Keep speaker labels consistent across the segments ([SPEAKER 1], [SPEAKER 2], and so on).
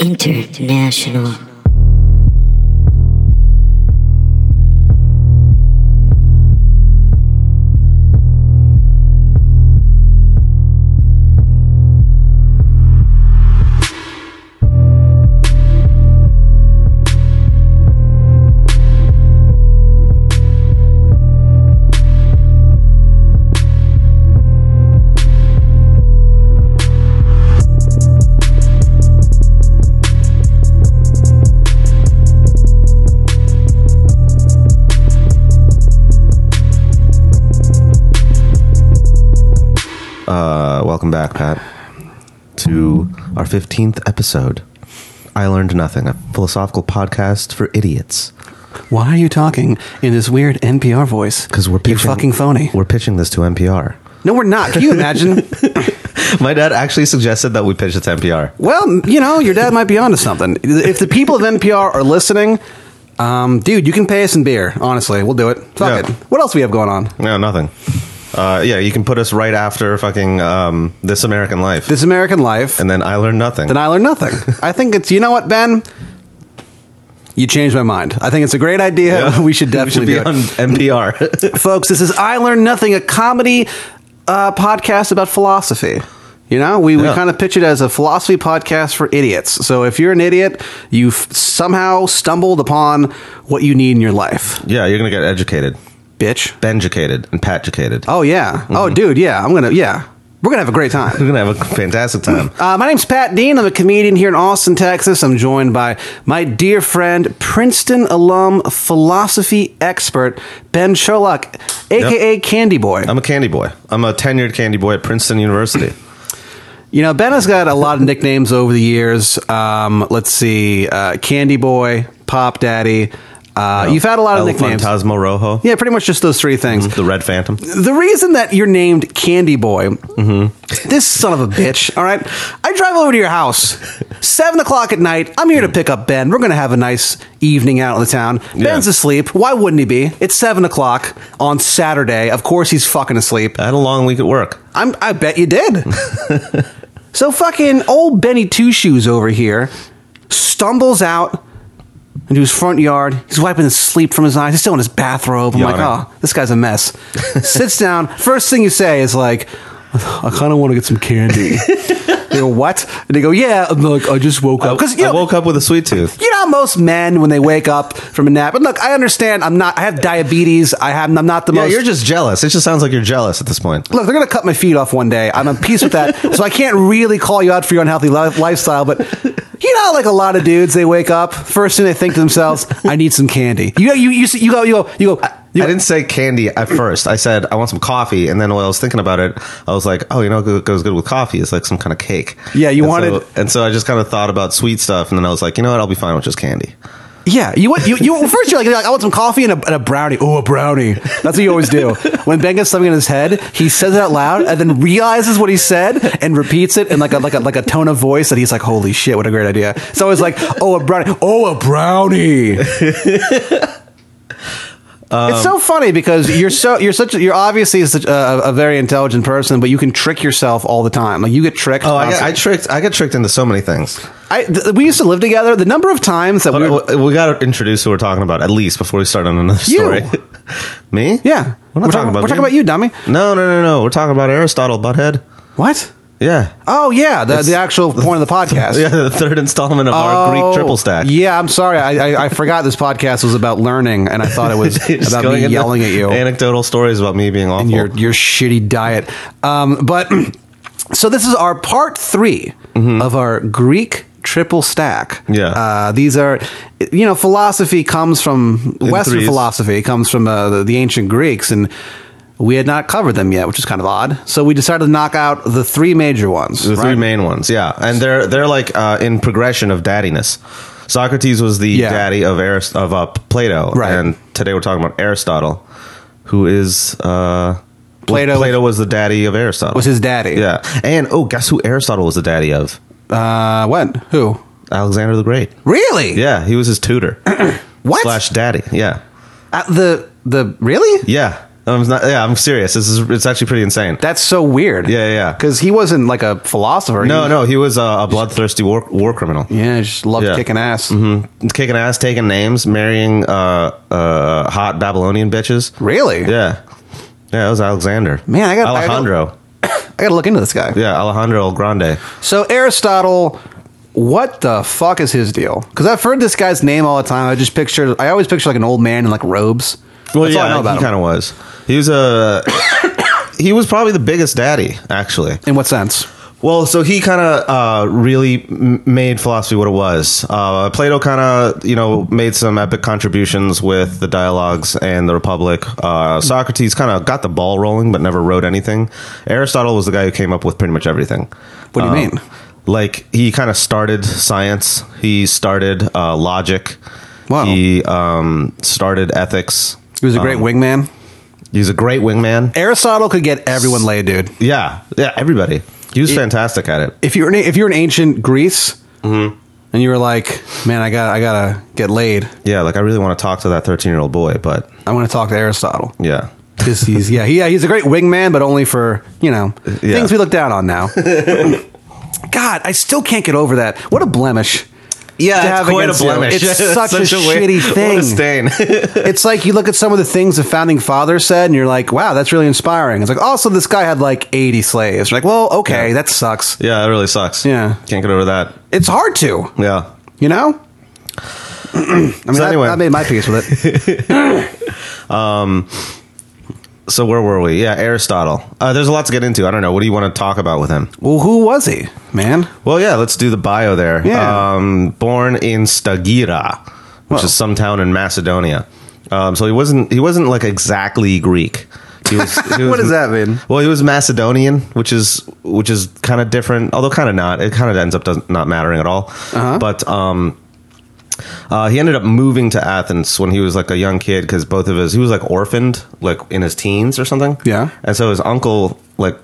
[SPEAKER 1] International.
[SPEAKER 2] Uh, welcome back, Pat, to our 15th episode. I Learned Nothing, a philosophical podcast for idiots.
[SPEAKER 3] Why are you talking in this weird NPR voice?
[SPEAKER 2] Because we're
[SPEAKER 3] You're
[SPEAKER 2] pitching,
[SPEAKER 3] fucking phony.
[SPEAKER 2] We're pitching this to NPR.
[SPEAKER 3] no, we're not. Can you imagine?
[SPEAKER 2] My dad actually suggested that we pitch it to NPR.
[SPEAKER 3] well, you know, your dad might be onto something. If the people of NPR are listening, um, dude, you can pay us in beer. Honestly, we'll do it. Fuck
[SPEAKER 2] Yeah.
[SPEAKER 3] it. What else we have going on?
[SPEAKER 2] No, nothing. Uh, yeah, you can put us right after fucking um, This American Life,
[SPEAKER 3] This American Life,
[SPEAKER 2] and then I Learned Nothing.
[SPEAKER 3] then I learn nothing. I think it's. You know what, Ben? You changed my mind. I think it's a great idea.
[SPEAKER 2] Yeah.
[SPEAKER 3] We should
[SPEAKER 2] We should
[SPEAKER 3] definitely
[SPEAKER 2] be
[SPEAKER 3] do it.
[SPEAKER 2] on NPR.
[SPEAKER 3] folks. This is I Learned Nothing, a comedy uh, podcast about philosophy. You know, we,
[SPEAKER 2] Yeah.
[SPEAKER 3] we kind of pitch it as a philosophy podcast for idiots. So if you're an idiot, you've somehow stumbled upon what you need in your life,
[SPEAKER 2] yeah, you're gonna get educated,
[SPEAKER 3] bitch.
[SPEAKER 2] benjucated, and patjucated.
[SPEAKER 3] Oh, yeah. Oh, dude, yeah. I'm going to, yeah. We're going to have a great time.
[SPEAKER 2] We're gonna have a fantastic time.
[SPEAKER 3] Uh, my name's Pat Dean. I'm a comedian here in Austin, Texas. I'm joined by my dear friend, Princeton alum, philosophy expert, Ben Sherlock, aka Candy Boy.
[SPEAKER 2] I'm a candy boy. I'm a tenured candy boy at Princeton University.
[SPEAKER 3] You know, Ben has got a lot of nicknames over the years. Um, let's see, uh, Candy Boy, Pop Daddy. Uh, You've had a lot of
[SPEAKER 2] El
[SPEAKER 3] nicknames.
[SPEAKER 2] Fantasma Rojo.
[SPEAKER 3] Yeah, pretty much just those three things.
[SPEAKER 2] The Red Phantom.
[SPEAKER 3] The reason that you're named Candy Boy, this son of a bitch, all right? I drive over to your house, 7 o'clock at night. I'm here to pick up Ben. We're going to have a nice evening out in the town. Ben's asleep. Why wouldn't he be? It's 7 o'clock on Saturday. Of course, he's fucking asleep.
[SPEAKER 2] I had a long week at work.
[SPEAKER 3] I'm, I bet you did. so fucking old Benny Two Shoes over here stumbles out into his front yard. He's wiping the sleep from his eyes. He's still in his bathrobe. I'm
[SPEAKER 2] Yawning.
[SPEAKER 3] like, oh, this guy's a mess. Sits down. First thing you say is like, I kind of want to get some candy. they go, what? And they go, yeah. I'm like, I just woke up. Because, you
[SPEAKER 2] I
[SPEAKER 3] know,
[SPEAKER 2] woke up with a sweet tooth.
[SPEAKER 3] you know, how most men when they wake up from a nap. And look, I understand. I'm not. I have diabetes. I have. I'm not the
[SPEAKER 2] Yeah,
[SPEAKER 3] most.
[SPEAKER 2] you're just jealous. It just sounds like you're jealous at this point.
[SPEAKER 3] Look, they're going to cut my feet off one day. I'm at peace with that. so I can't really call you out for your unhealthy li- lifestyle, but you know, like a lot of dudes, they wake up first thing they think to themselves, "I need some candy." You know, you you, you go you go you go. You,
[SPEAKER 2] I didn't say candy at first. I said I want some coffee, and then while I was thinking about it, I was like, "Oh, you know, what goes good with coffee is like some kind of cake."
[SPEAKER 3] Yeah, you
[SPEAKER 2] And
[SPEAKER 3] wanted-
[SPEAKER 2] so- and so I just kind of thought about sweet stuff, and then I was like, "You know what? I'll be fine with just candy."
[SPEAKER 3] yeah, you want you, you well, first you're like, you're like, "I want some coffee and a, and a brownie." Oh, a brownie. That's what you always do. When Ben gets something in his head, he says it out loud and then realizes what he said and repeats it in like a like a like a tone of voice that he's like, "Holy shit, what a great idea!" It's always like, "Oh, a brownie. Oh, a brownie." it's so funny because you're so you're such a- you're obviously such a, a very intelligent person, but you can trick yourself all the time. Like you get tricked.
[SPEAKER 2] Oh, I, got,
[SPEAKER 3] constantly.
[SPEAKER 2] I tricked. I got tricked into so many things.
[SPEAKER 3] I- th- we used to live together. The number of times that we were,
[SPEAKER 2] But we, got to introduce who we're talking about at least before we start on another
[SPEAKER 3] You.
[SPEAKER 2] story. Me?
[SPEAKER 3] yeah,
[SPEAKER 2] We're not talking about
[SPEAKER 3] we're talking
[SPEAKER 2] me.
[SPEAKER 3] about you, dummy.
[SPEAKER 2] No, no, no, no. We're talking about Aristotle, butthead.
[SPEAKER 3] What?
[SPEAKER 2] Yeah.
[SPEAKER 3] Oh yeah, the, the actual point of the podcast.
[SPEAKER 2] Yeah, the third installment of our
[SPEAKER 3] Oh,
[SPEAKER 2] Greek triple stack.
[SPEAKER 3] Yeah, I'm sorry. I, I, I forgot this podcast was about learning, and I thought it was
[SPEAKER 2] Just
[SPEAKER 3] about
[SPEAKER 2] going
[SPEAKER 3] me
[SPEAKER 2] into
[SPEAKER 3] yelling at you.
[SPEAKER 2] Anecdotal stories about me being awful.
[SPEAKER 3] your your shitty diet. Um, but so this is our part 3 of our Greek triple stack.
[SPEAKER 2] Mm-hmm. Yeah.
[SPEAKER 3] uh, these are you know philosophy comes from Western
[SPEAKER 2] threes.
[SPEAKER 3] philosophy comes from uh, the, the ancient Greeks and. We had not covered them yet, which is kind of odd. So we decided to knock out the three major ones.
[SPEAKER 2] the three
[SPEAKER 3] right?
[SPEAKER 2] main ones, yeah, and they're they're like uh, in progression of daddiness. Socrates was the
[SPEAKER 3] Yeah.
[SPEAKER 2] daddy of Arist- of uh, Plato,
[SPEAKER 3] Right.
[SPEAKER 2] and today we're talking about Aristotle, who is uh,
[SPEAKER 3] Plato-
[SPEAKER 2] Plato was the daddy of Aristotle.
[SPEAKER 3] was his daddy.
[SPEAKER 2] yeah, and oh, guess who Aristotle was the daddy of?
[SPEAKER 3] Uh, what? Who?
[SPEAKER 2] Alexander the Great.
[SPEAKER 3] Really?
[SPEAKER 2] Yeah, he was his tutor
[SPEAKER 3] What?
[SPEAKER 2] slash daddy. Yeah,
[SPEAKER 3] Uh, the the really?
[SPEAKER 2] yeah. I'm not, yeah, I'm serious. This is it's actually pretty insane.
[SPEAKER 3] That's so weird.
[SPEAKER 2] Yeah, yeah, yeah.
[SPEAKER 3] Because he wasn't like a philosopher. He
[SPEAKER 2] no,
[SPEAKER 3] was-
[SPEAKER 2] no, he was a, a bloodthirsty war war criminal.
[SPEAKER 3] Yeah, just loved
[SPEAKER 2] Yeah. Mm-hmm.
[SPEAKER 3] kicking ass.
[SPEAKER 2] kicking ass, taking names, marrying uh, uh, hot Babylonian bitches.
[SPEAKER 3] Really?
[SPEAKER 2] Yeah, yeah, it was Alexander.
[SPEAKER 3] Man, I got- I got-
[SPEAKER 2] Alejandro.
[SPEAKER 3] I gotta look into this guy.
[SPEAKER 2] yeah, Alejandro El Grande.
[SPEAKER 3] So Aristotle, what the fuck is his deal? Because I've heard this guy's name all the time. I just picture, I always picture like an old man in like robes.
[SPEAKER 2] Well,
[SPEAKER 3] That's
[SPEAKER 2] yeah,
[SPEAKER 3] all I know about
[SPEAKER 2] he
[SPEAKER 3] him.
[SPEAKER 2] kind of was. He was a. he was probably the biggest daddy, actually.
[SPEAKER 3] In what sense?
[SPEAKER 2] Well, so he kind of uh, really m- made philosophy what it was. Uh, Plato kind of, you know, made some epic contributions with the dialogues and the Republic. Uh, Socrates kind of got the ball rolling, but never wrote anything. Aristotle was the guy who came up with pretty much everything.
[SPEAKER 3] What
[SPEAKER 2] Uh,
[SPEAKER 3] do you mean?
[SPEAKER 2] Like he kind of started science. He started uh, logic.
[SPEAKER 3] Wow.
[SPEAKER 2] He um, started ethics.
[SPEAKER 3] He was a great
[SPEAKER 2] Um,
[SPEAKER 3] wingman.
[SPEAKER 2] He's a great wingman.
[SPEAKER 3] Aristotle could get everyone laid, dude.
[SPEAKER 2] Yeah, yeah. Everybody. He was fantastic at it.
[SPEAKER 3] If you're in, if you're in ancient Greece,
[SPEAKER 2] Mm-hmm.
[SPEAKER 3] and you were like, man, I got I gotta get laid.
[SPEAKER 2] Yeah, like I really want to talk to that thirteen-year-old boy, but
[SPEAKER 3] I want to talk to Aristotle.
[SPEAKER 2] yeah,
[SPEAKER 3] 'Cause he's yeah, he, yeah, he's a great wingman, but only for you know
[SPEAKER 2] Yeah.
[SPEAKER 3] things we look down on now. God, I still can't get over that. What a blemish!
[SPEAKER 2] yeah,
[SPEAKER 3] to have against you. It's such, a, shitty thing.
[SPEAKER 2] What a stain.
[SPEAKER 3] it's like you look at some of the things the founding fathers said, and you're like, wow, that's really inspiring. It's like also this guy had like 80 slaves. You're like, well, okay,
[SPEAKER 2] Yeah.
[SPEAKER 3] that sucks.
[SPEAKER 2] yeah, it really sucks.
[SPEAKER 3] Yeah.
[SPEAKER 2] can't get over that.
[SPEAKER 3] It's hard to,
[SPEAKER 2] Yeah.
[SPEAKER 3] you know. I mean,
[SPEAKER 2] So
[SPEAKER 3] I-
[SPEAKER 2] anyway.
[SPEAKER 3] I made my peace with it.
[SPEAKER 2] So where were we? Yeah, Aristotle. Uh, there's a lot to get into. I don't know. What do you want to talk about with him?
[SPEAKER 3] well, who was he, man?
[SPEAKER 2] Well, yeah, let's do the bio there.
[SPEAKER 3] Yeah.
[SPEAKER 2] Um, born in Stagira, which
[SPEAKER 3] Whoa.
[SPEAKER 2] is some town in Macedonia. Um, so he wasn't he wasn't like exactly Greek. He was, he
[SPEAKER 3] What does that mean?
[SPEAKER 2] Well, he was Macedonian, which is which is kind of different, although kind of not. It kind of ends up does, not mattering at all.
[SPEAKER 3] Uh-huh.
[SPEAKER 2] But um, uh, he ended up moving to Athens when he was like a young kid because both of his he was like orphaned like in his teens or something.
[SPEAKER 3] Yeah.
[SPEAKER 2] and so his uncle like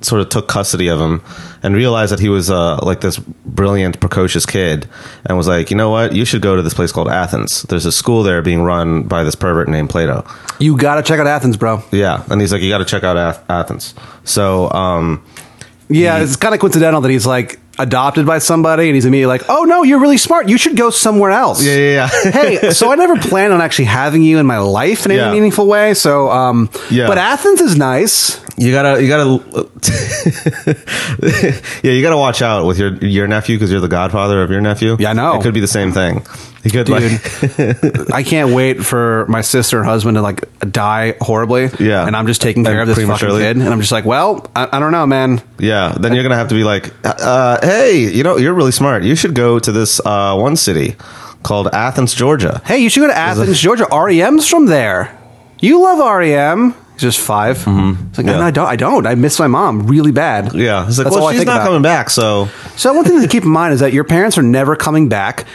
[SPEAKER 2] sort of took custody of him and realized that he was uh, like this brilliant precocious kid and was like you know what you should go to this place called athens there's a school there being run by this pervert named plato
[SPEAKER 3] You gotta check out Athens, bro.
[SPEAKER 2] yeah and he's like you got to check out Ath- athens so um,
[SPEAKER 3] Yeah, it's kind of coincidental that he's like adopted by somebody, and he's immediately like, "Oh no, you're really smart. You should go somewhere else."
[SPEAKER 2] yeah yeah yeah.
[SPEAKER 3] hey, so I never planned on actually having you in my life in any
[SPEAKER 2] Yeah.
[SPEAKER 3] meaningful way. So, um,
[SPEAKER 2] Yeah.
[SPEAKER 3] but Athens is nice.
[SPEAKER 2] you gotta you gotta yeah you gotta watch out with your your nephew because you're the godfather of your nephew
[SPEAKER 3] Yeah, I know.
[SPEAKER 2] it could be the same thing he could
[SPEAKER 3] Dude,
[SPEAKER 2] like
[SPEAKER 3] I can't wait for my sister and husband to like die horribly.
[SPEAKER 2] Yeah.
[SPEAKER 3] And I'm just taking care
[SPEAKER 2] And
[SPEAKER 3] of this fucking
[SPEAKER 2] prematurely.
[SPEAKER 3] kid. And I'm just like, well, I, I don't know, man.
[SPEAKER 2] Yeah, then you're gonna have to be like, uh, "Hey, you know, you're really smart. You should go to this uh, one city called Athens, Georgia."
[SPEAKER 3] Hey, you should go to Athens, Georgia. REM's from there. You love REM. He's just 5 He's like, no,
[SPEAKER 2] Mm-hmm. Yeah.
[SPEAKER 3] no, I don't. I don't. I miss my mom really bad.
[SPEAKER 2] Yeah, it's like,
[SPEAKER 3] That's all
[SPEAKER 2] well,
[SPEAKER 3] I
[SPEAKER 2] she's
[SPEAKER 3] think
[SPEAKER 2] not
[SPEAKER 3] about.
[SPEAKER 2] coming back, so
[SPEAKER 3] So one thing to keep in mind is that your parents are never coming back.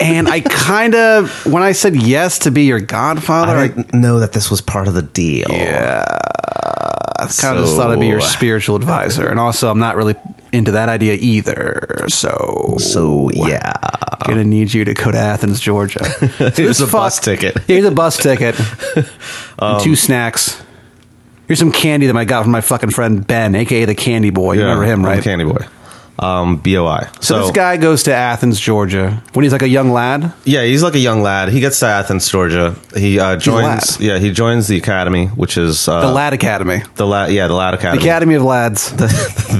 [SPEAKER 3] And I kind of, when I said yes to be your godfather, I,
[SPEAKER 2] didn't know that this was part of the deal.
[SPEAKER 3] Yeah. I kind of just thought I'd be your
[SPEAKER 2] So-
[SPEAKER 3] spiritual advisor. And also, I'm not really into that idea either. So,
[SPEAKER 2] So yeah,
[SPEAKER 3] going to need you to go to Athens, Georgia. So
[SPEAKER 2] Oh. Here's
[SPEAKER 3] this
[SPEAKER 2] a bus
[SPEAKER 3] fuck-
[SPEAKER 2] ticket. Um,
[SPEAKER 3] Here's a bus ticket. and two snacks. Here's some candy that I got from my fucking friend Ben, aka the Candy Boy. You remember him,
[SPEAKER 2] I'm
[SPEAKER 3] right?
[SPEAKER 2] the Candy boy, um, boi.
[SPEAKER 3] so, this guy goes to Athens, Georgia when he's like a young lad.
[SPEAKER 2] Yeah, he's like a young lad. He gets to Athens, Georgia. He uh, joins.
[SPEAKER 3] lad.
[SPEAKER 2] Yeah, he joins the academy, which is uh,
[SPEAKER 3] The Lad Academy.
[SPEAKER 2] The lad. Yeah, the lad academy.
[SPEAKER 3] Academy of Lads.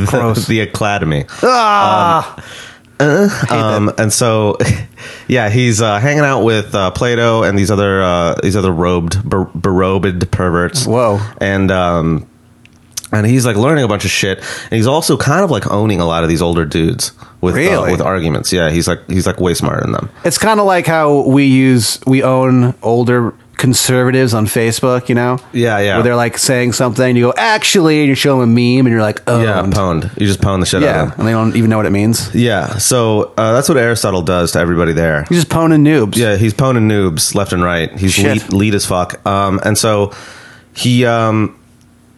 [SPEAKER 3] Gross.
[SPEAKER 2] the academy.
[SPEAKER 3] ah!
[SPEAKER 2] um, and so yeah he's uh, hanging out with uh, plato and these other uh, these other robed ber- berobed perverts
[SPEAKER 3] Whoa.
[SPEAKER 2] and um and he's like learning a bunch of shit and he's also kind of like owning a lot of these older dudes with uh,
[SPEAKER 3] Really?
[SPEAKER 2] with arguments yeah he's like he's like way smarter than them
[SPEAKER 3] It's kind of like how we use we own older conservatives on Facebook, you know?
[SPEAKER 2] Yeah, yeah.
[SPEAKER 3] Where they're like saying something, you go actually, and you show them a meme, and you're like, oh,
[SPEAKER 2] yeah
[SPEAKER 3] yeah,
[SPEAKER 2] pwned you just pwned the shit out of him
[SPEAKER 3] and they don't even know what it means.
[SPEAKER 2] yeah so uh, that's what aristotle does to everybody there
[SPEAKER 3] You're just poning noobs.
[SPEAKER 2] Yeah, he's poning noobs left and right. He's
[SPEAKER 3] Shit.
[SPEAKER 2] lead, lead as fuck. Um, and so he um,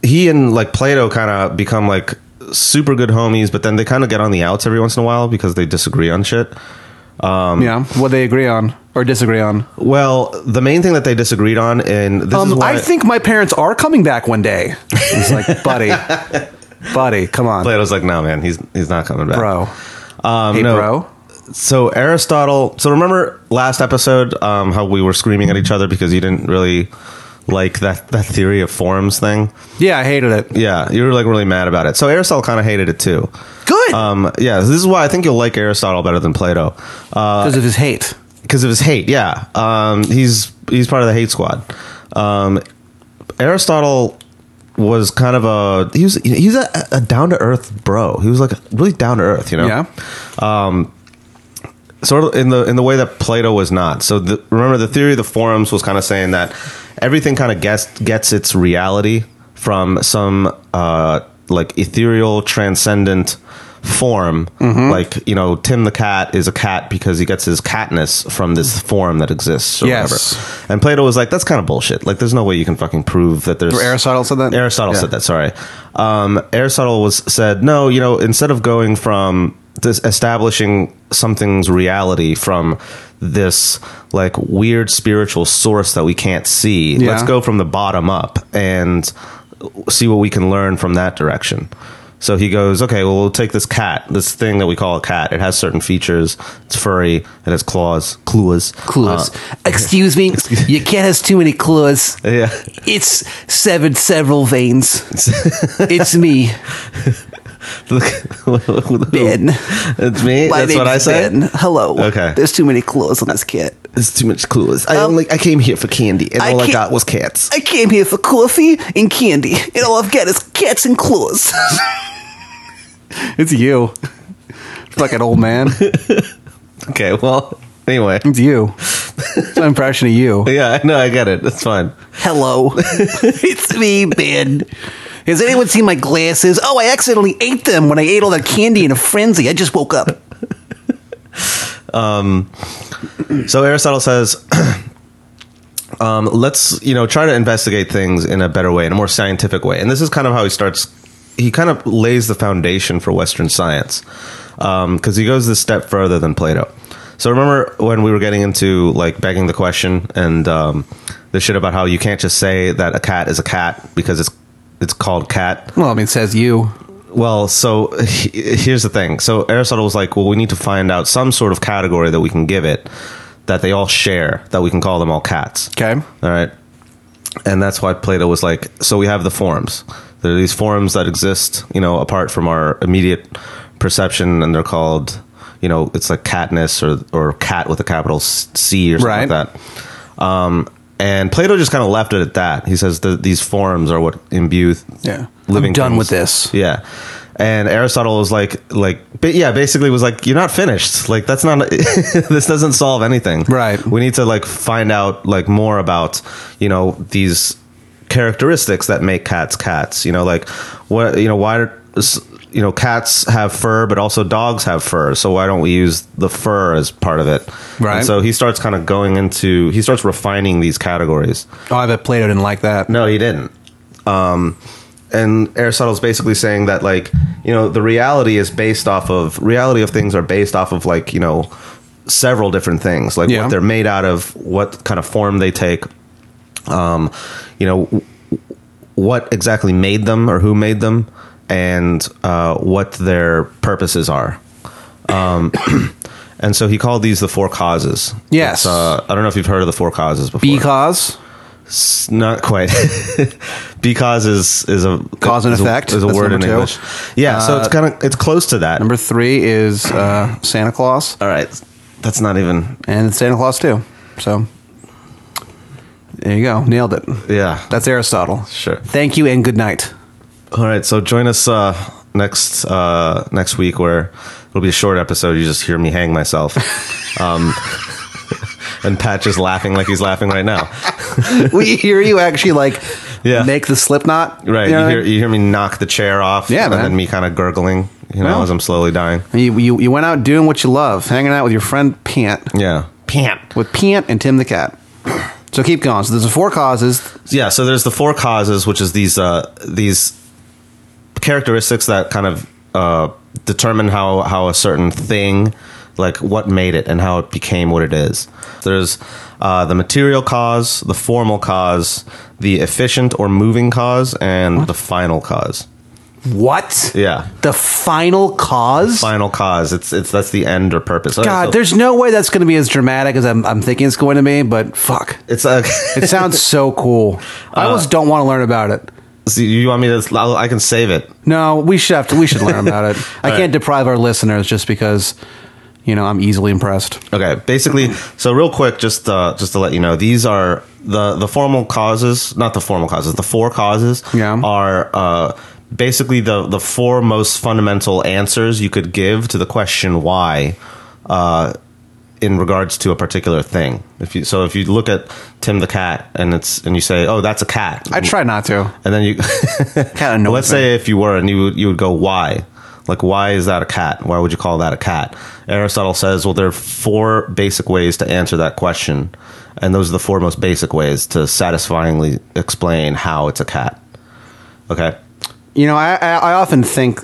[SPEAKER 2] he and like Plato kind of become like super good homies, but then they kind of get on the outs every once in a while because they disagree on shit. Um,
[SPEAKER 3] yeah, what they agree on or disagree on.
[SPEAKER 2] Well, the main thing that they disagreed on, and this is
[SPEAKER 3] Um,
[SPEAKER 2] why
[SPEAKER 3] I think my parents are coming back one day. It's like, buddy, buddy, come on,
[SPEAKER 2] Plato's like, no, man, he's he's not coming back,
[SPEAKER 3] bro.
[SPEAKER 2] Um,
[SPEAKER 3] Hey,
[SPEAKER 2] no.
[SPEAKER 3] bro.
[SPEAKER 2] So Aristotle. So remember last episode um, how we were screaming at each other because you didn't really like that that theory of forms thing.
[SPEAKER 3] Yeah, I hated it.
[SPEAKER 2] Yeah, you were like really mad about it. So Aristotle kind of hated it too.
[SPEAKER 3] Good
[SPEAKER 2] Um, yeah, this is why I think you'll like Aristotle better than Plato
[SPEAKER 3] because of his hate.
[SPEAKER 2] because of his hate. Yeah, um, he's he's part of the hate squad. Um, Aristotle was kind of a he was he's a, a down to earth bro. He was like really down to earth, you know.
[SPEAKER 3] Yeah.
[SPEAKER 2] Sort of in the in the way that Plato was not. So the, remember the theory of the forums was kind of saying that everything kind of gets gets its reality from some uh, like ethereal transcendent form like you know tim the cat is a cat because he gets his catness from this form that exists or
[SPEAKER 3] Yes.
[SPEAKER 2] whatever and plato was like that's kind of bullshit like there's no way you can fucking prove that there's
[SPEAKER 3] Aristotle said that.
[SPEAKER 2] Aristotle
[SPEAKER 3] Yeah.
[SPEAKER 2] said that. Sorry, um, Aristotle was said no. You know, instead of going from this establishing something's reality from this like weird spiritual source that we can't see,
[SPEAKER 3] Yeah.
[SPEAKER 2] let's go from the bottom up and see what we can learn from that direction. So he goes, okay, well, we'll take this cat, this thing that we call a cat. It has certain features. It's furry. It has claws, claws,
[SPEAKER 3] Clues. excuse me. You can't have too many clues.
[SPEAKER 2] Uh, yeah.
[SPEAKER 3] It's severed several veins. it's me, Ben.
[SPEAKER 2] It's me.
[SPEAKER 3] My
[SPEAKER 2] That's what
[SPEAKER 3] name's
[SPEAKER 2] I said.
[SPEAKER 3] Ben. Hello.
[SPEAKER 2] Okay.
[SPEAKER 3] There's too many clues on this kid.
[SPEAKER 2] It's too much clueless. I
[SPEAKER 3] Um,
[SPEAKER 2] only I came here for candy, and
[SPEAKER 3] I
[SPEAKER 2] all I
[SPEAKER 3] can't-
[SPEAKER 2] got was cats.
[SPEAKER 3] I came here for coffee and candy, and all I've got is cats and claws. it's you. Fucking old man.
[SPEAKER 2] Okay, well, anyway,
[SPEAKER 3] It's you. It's my impression of you.
[SPEAKER 2] yeah, I know, I get it. That's fine.
[SPEAKER 3] Hello. it's me, Ben. Has anyone seen my glasses? Oh, I accidentally ate them when I ate all that candy in a frenzy. I just woke up.
[SPEAKER 2] So Aristotle says, um, let's you know try to investigate things in a better way, in a more scientific way, and this is kind of how he starts. He kind of lays the foundation for Western science because he goes this step further than Plato. So remember when we were getting into like begging the question and um, the shit about how you can't just say that a cat is a cat because it's it's called cat.
[SPEAKER 3] Well, I mean, says you.
[SPEAKER 2] Well, so he- here's the thing. So Aristotle was like, well, we need to find out some sort of category that we can give it that they all share, that we can call them all cats.
[SPEAKER 3] Okay.
[SPEAKER 2] All right. And that's why Plato was like, so we have the forms. There are these forms that exist, you know, apart from our immediate perception, and they're called, you know, it's like catness or or cat with a capital S- C or something
[SPEAKER 3] Right.
[SPEAKER 2] like that. Um, and Plato just kind of left it at that. He says that these forms are what imbue
[SPEAKER 3] Yeah.
[SPEAKER 2] living.
[SPEAKER 3] I'm done
[SPEAKER 2] things.
[SPEAKER 3] with this.
[SPEAKER 2] Yeah. And Aristotle was like, like, but yeah, basically was like, you're not finished. Like, that's not, this doesn't solve anything.
[SPEAKER 3] Right.
[SPEAKER 2] We need to like find out like more about, you know, these characteristics that make cats cats. You know, like what, you know, why, are- s- you know, cats have fur, but also dogs have fur. So why don't we use the fur as part of it?
[SPEAKER 3] Right.
[SPEAKER 2] And so he starts kind of going into, he starts refining these categories.
[SPEAKER 3] Oh, I bet Plato didn't like that.
[SPEAKER 2] No, he didn't. Um, and Aristotle's basically saying that, like, you know, the reality is based off of reality of things are based off of like you know several different things, like
[SPEAKER 3] Yeah.
[SPEAKER 2] what they're made out of, what kind of form they take, um, you know, w- what exactly made them or who made them, and uh, what their purposes are. Um, and so he called these the four causes.
[SPEAKER 3] Yes.
[SPEAKER 2] It's, uh, I don't know if you've heard of the four causes before.
[SPEAKER 3] Because
[SPEAKER 2] It's not quite. because is is a
[SPEAKER 3] Cause and
[SPEAKER 2] is a-
[SPEAKER 3] effect.
[SPEAKER 2] is a
[SPEAKER 3] That's
[SPEAKER 2] word in
[SPEAKER 3] number two. Uh,
[SPEAKER 2] English. Yeah, so it's kind of it's close to that.
[SPEAKER 3] number three is uh, Santa Claus,
[SPEAKER 2] All right, that's not even.
[SPEAKER 3] and it's Santa Claus too. So there you go. Nailed it.
[SPEAKER 2] Yeah,
[SPEAKER 3] That's Aristotle.
[SPEAKER 2] Sure.
[SPEAKER 3] Thank you and good night.
[SPEAKER 2] all right. So join us uh, next uh, next week where it'll be a short episode. You just hear me hang myself. um, and Patch is laughing like he's laughing right now.
[SPEAKER 3] we hear you actually like
[SPEAKER 2] Yeah.
[SPEAKER 3] make the slip knot.
[SPEAKER 2] Right,
[SPEAKER 3] You, know?
[SPEAKER 2] you hear you hear me knock the chair off.
[SPEAKER 3] Yeah,
[SPEAKER 2] and
[SPEAKER 3] man.
[SPEAKER 2] then me kind of gurgling, you know,
[SPEAKER 3] Well.
[SPEAKER 2] as I'm slowly dying.
[SPEAKER 3] you, you, you went out doing what you love, hanging out with your friend Pant,
[SPEAKER 2] Yeah, pant.
[SPEAKER 3] with Pant and Tim the Cat. So keep going. So there's the four causes.
[SPEAKER 2] yeah so there's the four causes which is these uh these characteristics that kind of uh determine how how a certain thing like what made it and how it became what it is. There's uh, the material cause, the formal cause, the efficient or moving cause, and the final cause.
[SPEAKER 3] What?
[SPEAKER 2] Yeah.
[SPEAKER 3] The final cause?
[SPEAKER 2] Final cause. It's it's that's the end or purpose.
[SPEAKER 3] God,
[SPEAKER 2] So
[SPEAKER 3] there's no way that's going to be as dramatic as I'm, I'm thinking it's going to be, but fuck.
[SPEAKER 2] it's uh,
[SPEAKER 3] It sounds so cool. I almost don't want to learn about it.
[SPEAKER 2] so you want me to? I'll, I can save it.
[SPEAKER 3] No, we should have to, we should learn about it. I
[SPEAKER 2] right.
[SPEAKER 3] can't deprive our listeners just because, you know, I'm easily impressed.
[SPEAKER 2] Okay, basically, so real quick, just uh, just to let you know, these are the the formal causes, not the formal causes. The four causes
[SPEAKER 3] Yeah.
[SPEAKER 2] are uh, basically the the four most fundamental answers you could give to the question why, uh, in regards to a particular thing. If you so, if you look at Tim the cat and it's and you say, oh, that's a cat.
[SPEAKER 3] I try not to.
[SPEAKER 2] and then you
[SPEAKER 3] Cat annoys
[SPEAKER 2] let's
[SPEAKER 3] me.
[SPEAKER 2] say if you were and you would, you would go why like why is that a cat why would you call that a cat aristotle says well there are four basic ways to answer that question and those are the four most basic ways to satisfyingly explain how it's a cat okay
[SPEAKER 3] You know, I, I, I often think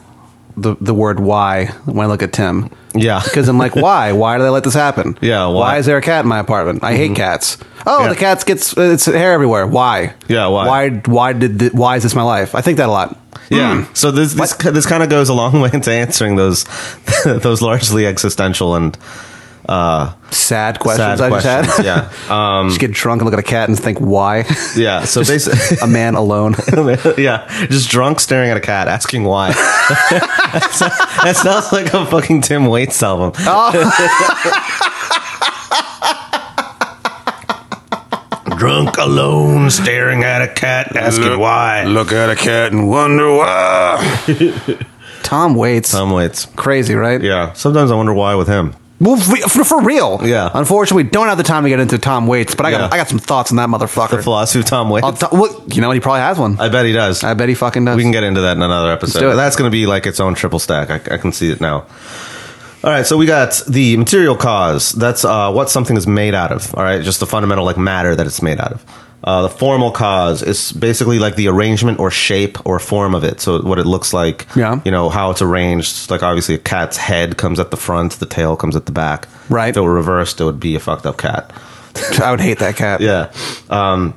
[SPEAKER 3] the the word "why" when I look at Tim
[SPEAKER 2] yeah
[SPEAKER 3] because I'm like, why? Why do they let this happen?
[SPEAKER 2] Yeah,
[SPEAKER 3] Why,
[SPEAKER 2] why? Mm-hmm.
[SPEAKER 3] is there a cat in my apartment? I hate cats. Oh,
[SPEAKER 2] Yeah.
[SPEAKER 3] the cats gets its hair everywhere. Why?
[SPEAKER 2] Yeah, why?
[SPEAKER 3] Why? Why did? The, why is this my life? I think that a lot.
[SPEAKER 2] yeah
[SPEAKER 3] Hmm.
[SPEAKER 2] so this this, this kind of goes a long way into answering those those largely existential and
[SPEAKER 3] Sad
[SPEAKER 2] sad
[SPEAKER 3] questions I
[SPEAKER 2] questions
[SPEAKER 3] just had.
[SPEAKER 2] yeah um,
[SPEAKER 3] just get drunk and look at a cat and think, why?
[SPEAKER 2] yeah so basically
[SPEAKER 3] a man alone.
[SPEAKER 2] yeah, just drunk staring at a cat, asking why. that sounds like a fucking Tim Waits album. Oh. drunk alone, staring at a cat, asking why.
[SPEAKER 3] look at a cat and wonder why. Tom Waits.
[SPEAKER 2] Tom Waits.
[SPEAKER 3] Crazy, right?
[SPEAKER 2] Yeah, sometimes I wonder why with him.
[SPEAKER 3] Well, f- for, for real.
[SPEAKER 2] Yeah.
[SPEAKER 3] Unfortunately, we don't have the time to get into Tom Waits, but I got
[SPEAKER 2] Yeah.
[SPEAKER 3] I got some thoughts on that
[SPEAKER 2] The
[SPEAKER 3] motherfucker.
[SPEAKER 2] philosophy of Tom Waits.
[SPEAKER 3] I'll t- well, you know, what? he probably has one. I,
[SPEAKER 2] I bet he does.
[SPEAKER 3] bet he fucking does.
[SPEAKER 2] We can get into that in another episode.
[SPEAKER 3] do it.
[SPEAKER 2] That's going to be like its own triple stack. I, I can see it now. All right, so we got the material cause. That's uh, what something is made out of. All right, just the fundamental like matter that it's made out of. Uh, the formal cause is basically like the arrangement or shape or form of it. So what it looks like.
[SPEAKER 3] Yeah.
[SPEAKER 2] You know how it's arranged. Like obviously a cat's head comes at the front, the tail comes at the back.
[SPEAKER 3] Right.
[SPEAKER 2] If it were reversed, it would be a fucked up cat.
[SPEAKER 3] I would hate that cat.
[SPEAKER 2] Yeah. Um,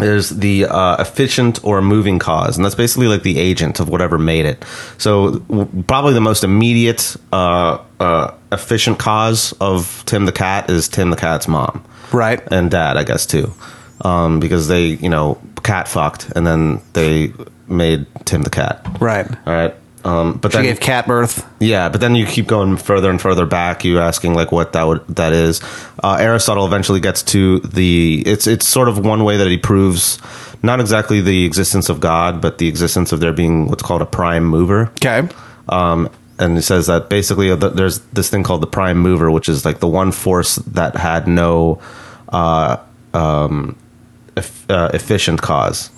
[SPEAKER 2] there's the uh, efficient or moving cause, and that's basically like the agent of whatever made it. So w- probably the most immediate uh, uh, efficient cause of Tim the cat is Tim the cat's mom
[SPEAKER 3] Right.
[SPEAKER 2] and dad, I guess too, um, because they you know cat fucked and then they made Tim the cat.
[SPEAKER 3] Right.
[SPEAKER 2] All right. Um, but
[SPEAKER 3] She
[SPEAKER 2] then
[SPEAKER 3] gave cat birth.
[SPEAKER 2] yeah, but then you keep going further and further back. You asking like what that would that is. Uh, Aristotle eventually gets to the. It's it's sort of one way that he proves not exactly the existence of God, but the existence of there being what's called a prime mover.
[SPEAKER 3] Okay.
[SPEAKER 2] Um, and he says that basically uh, th- there's this thing called the prime mover, which is like the one force that had no uh, um, eff- uh, efficient cause.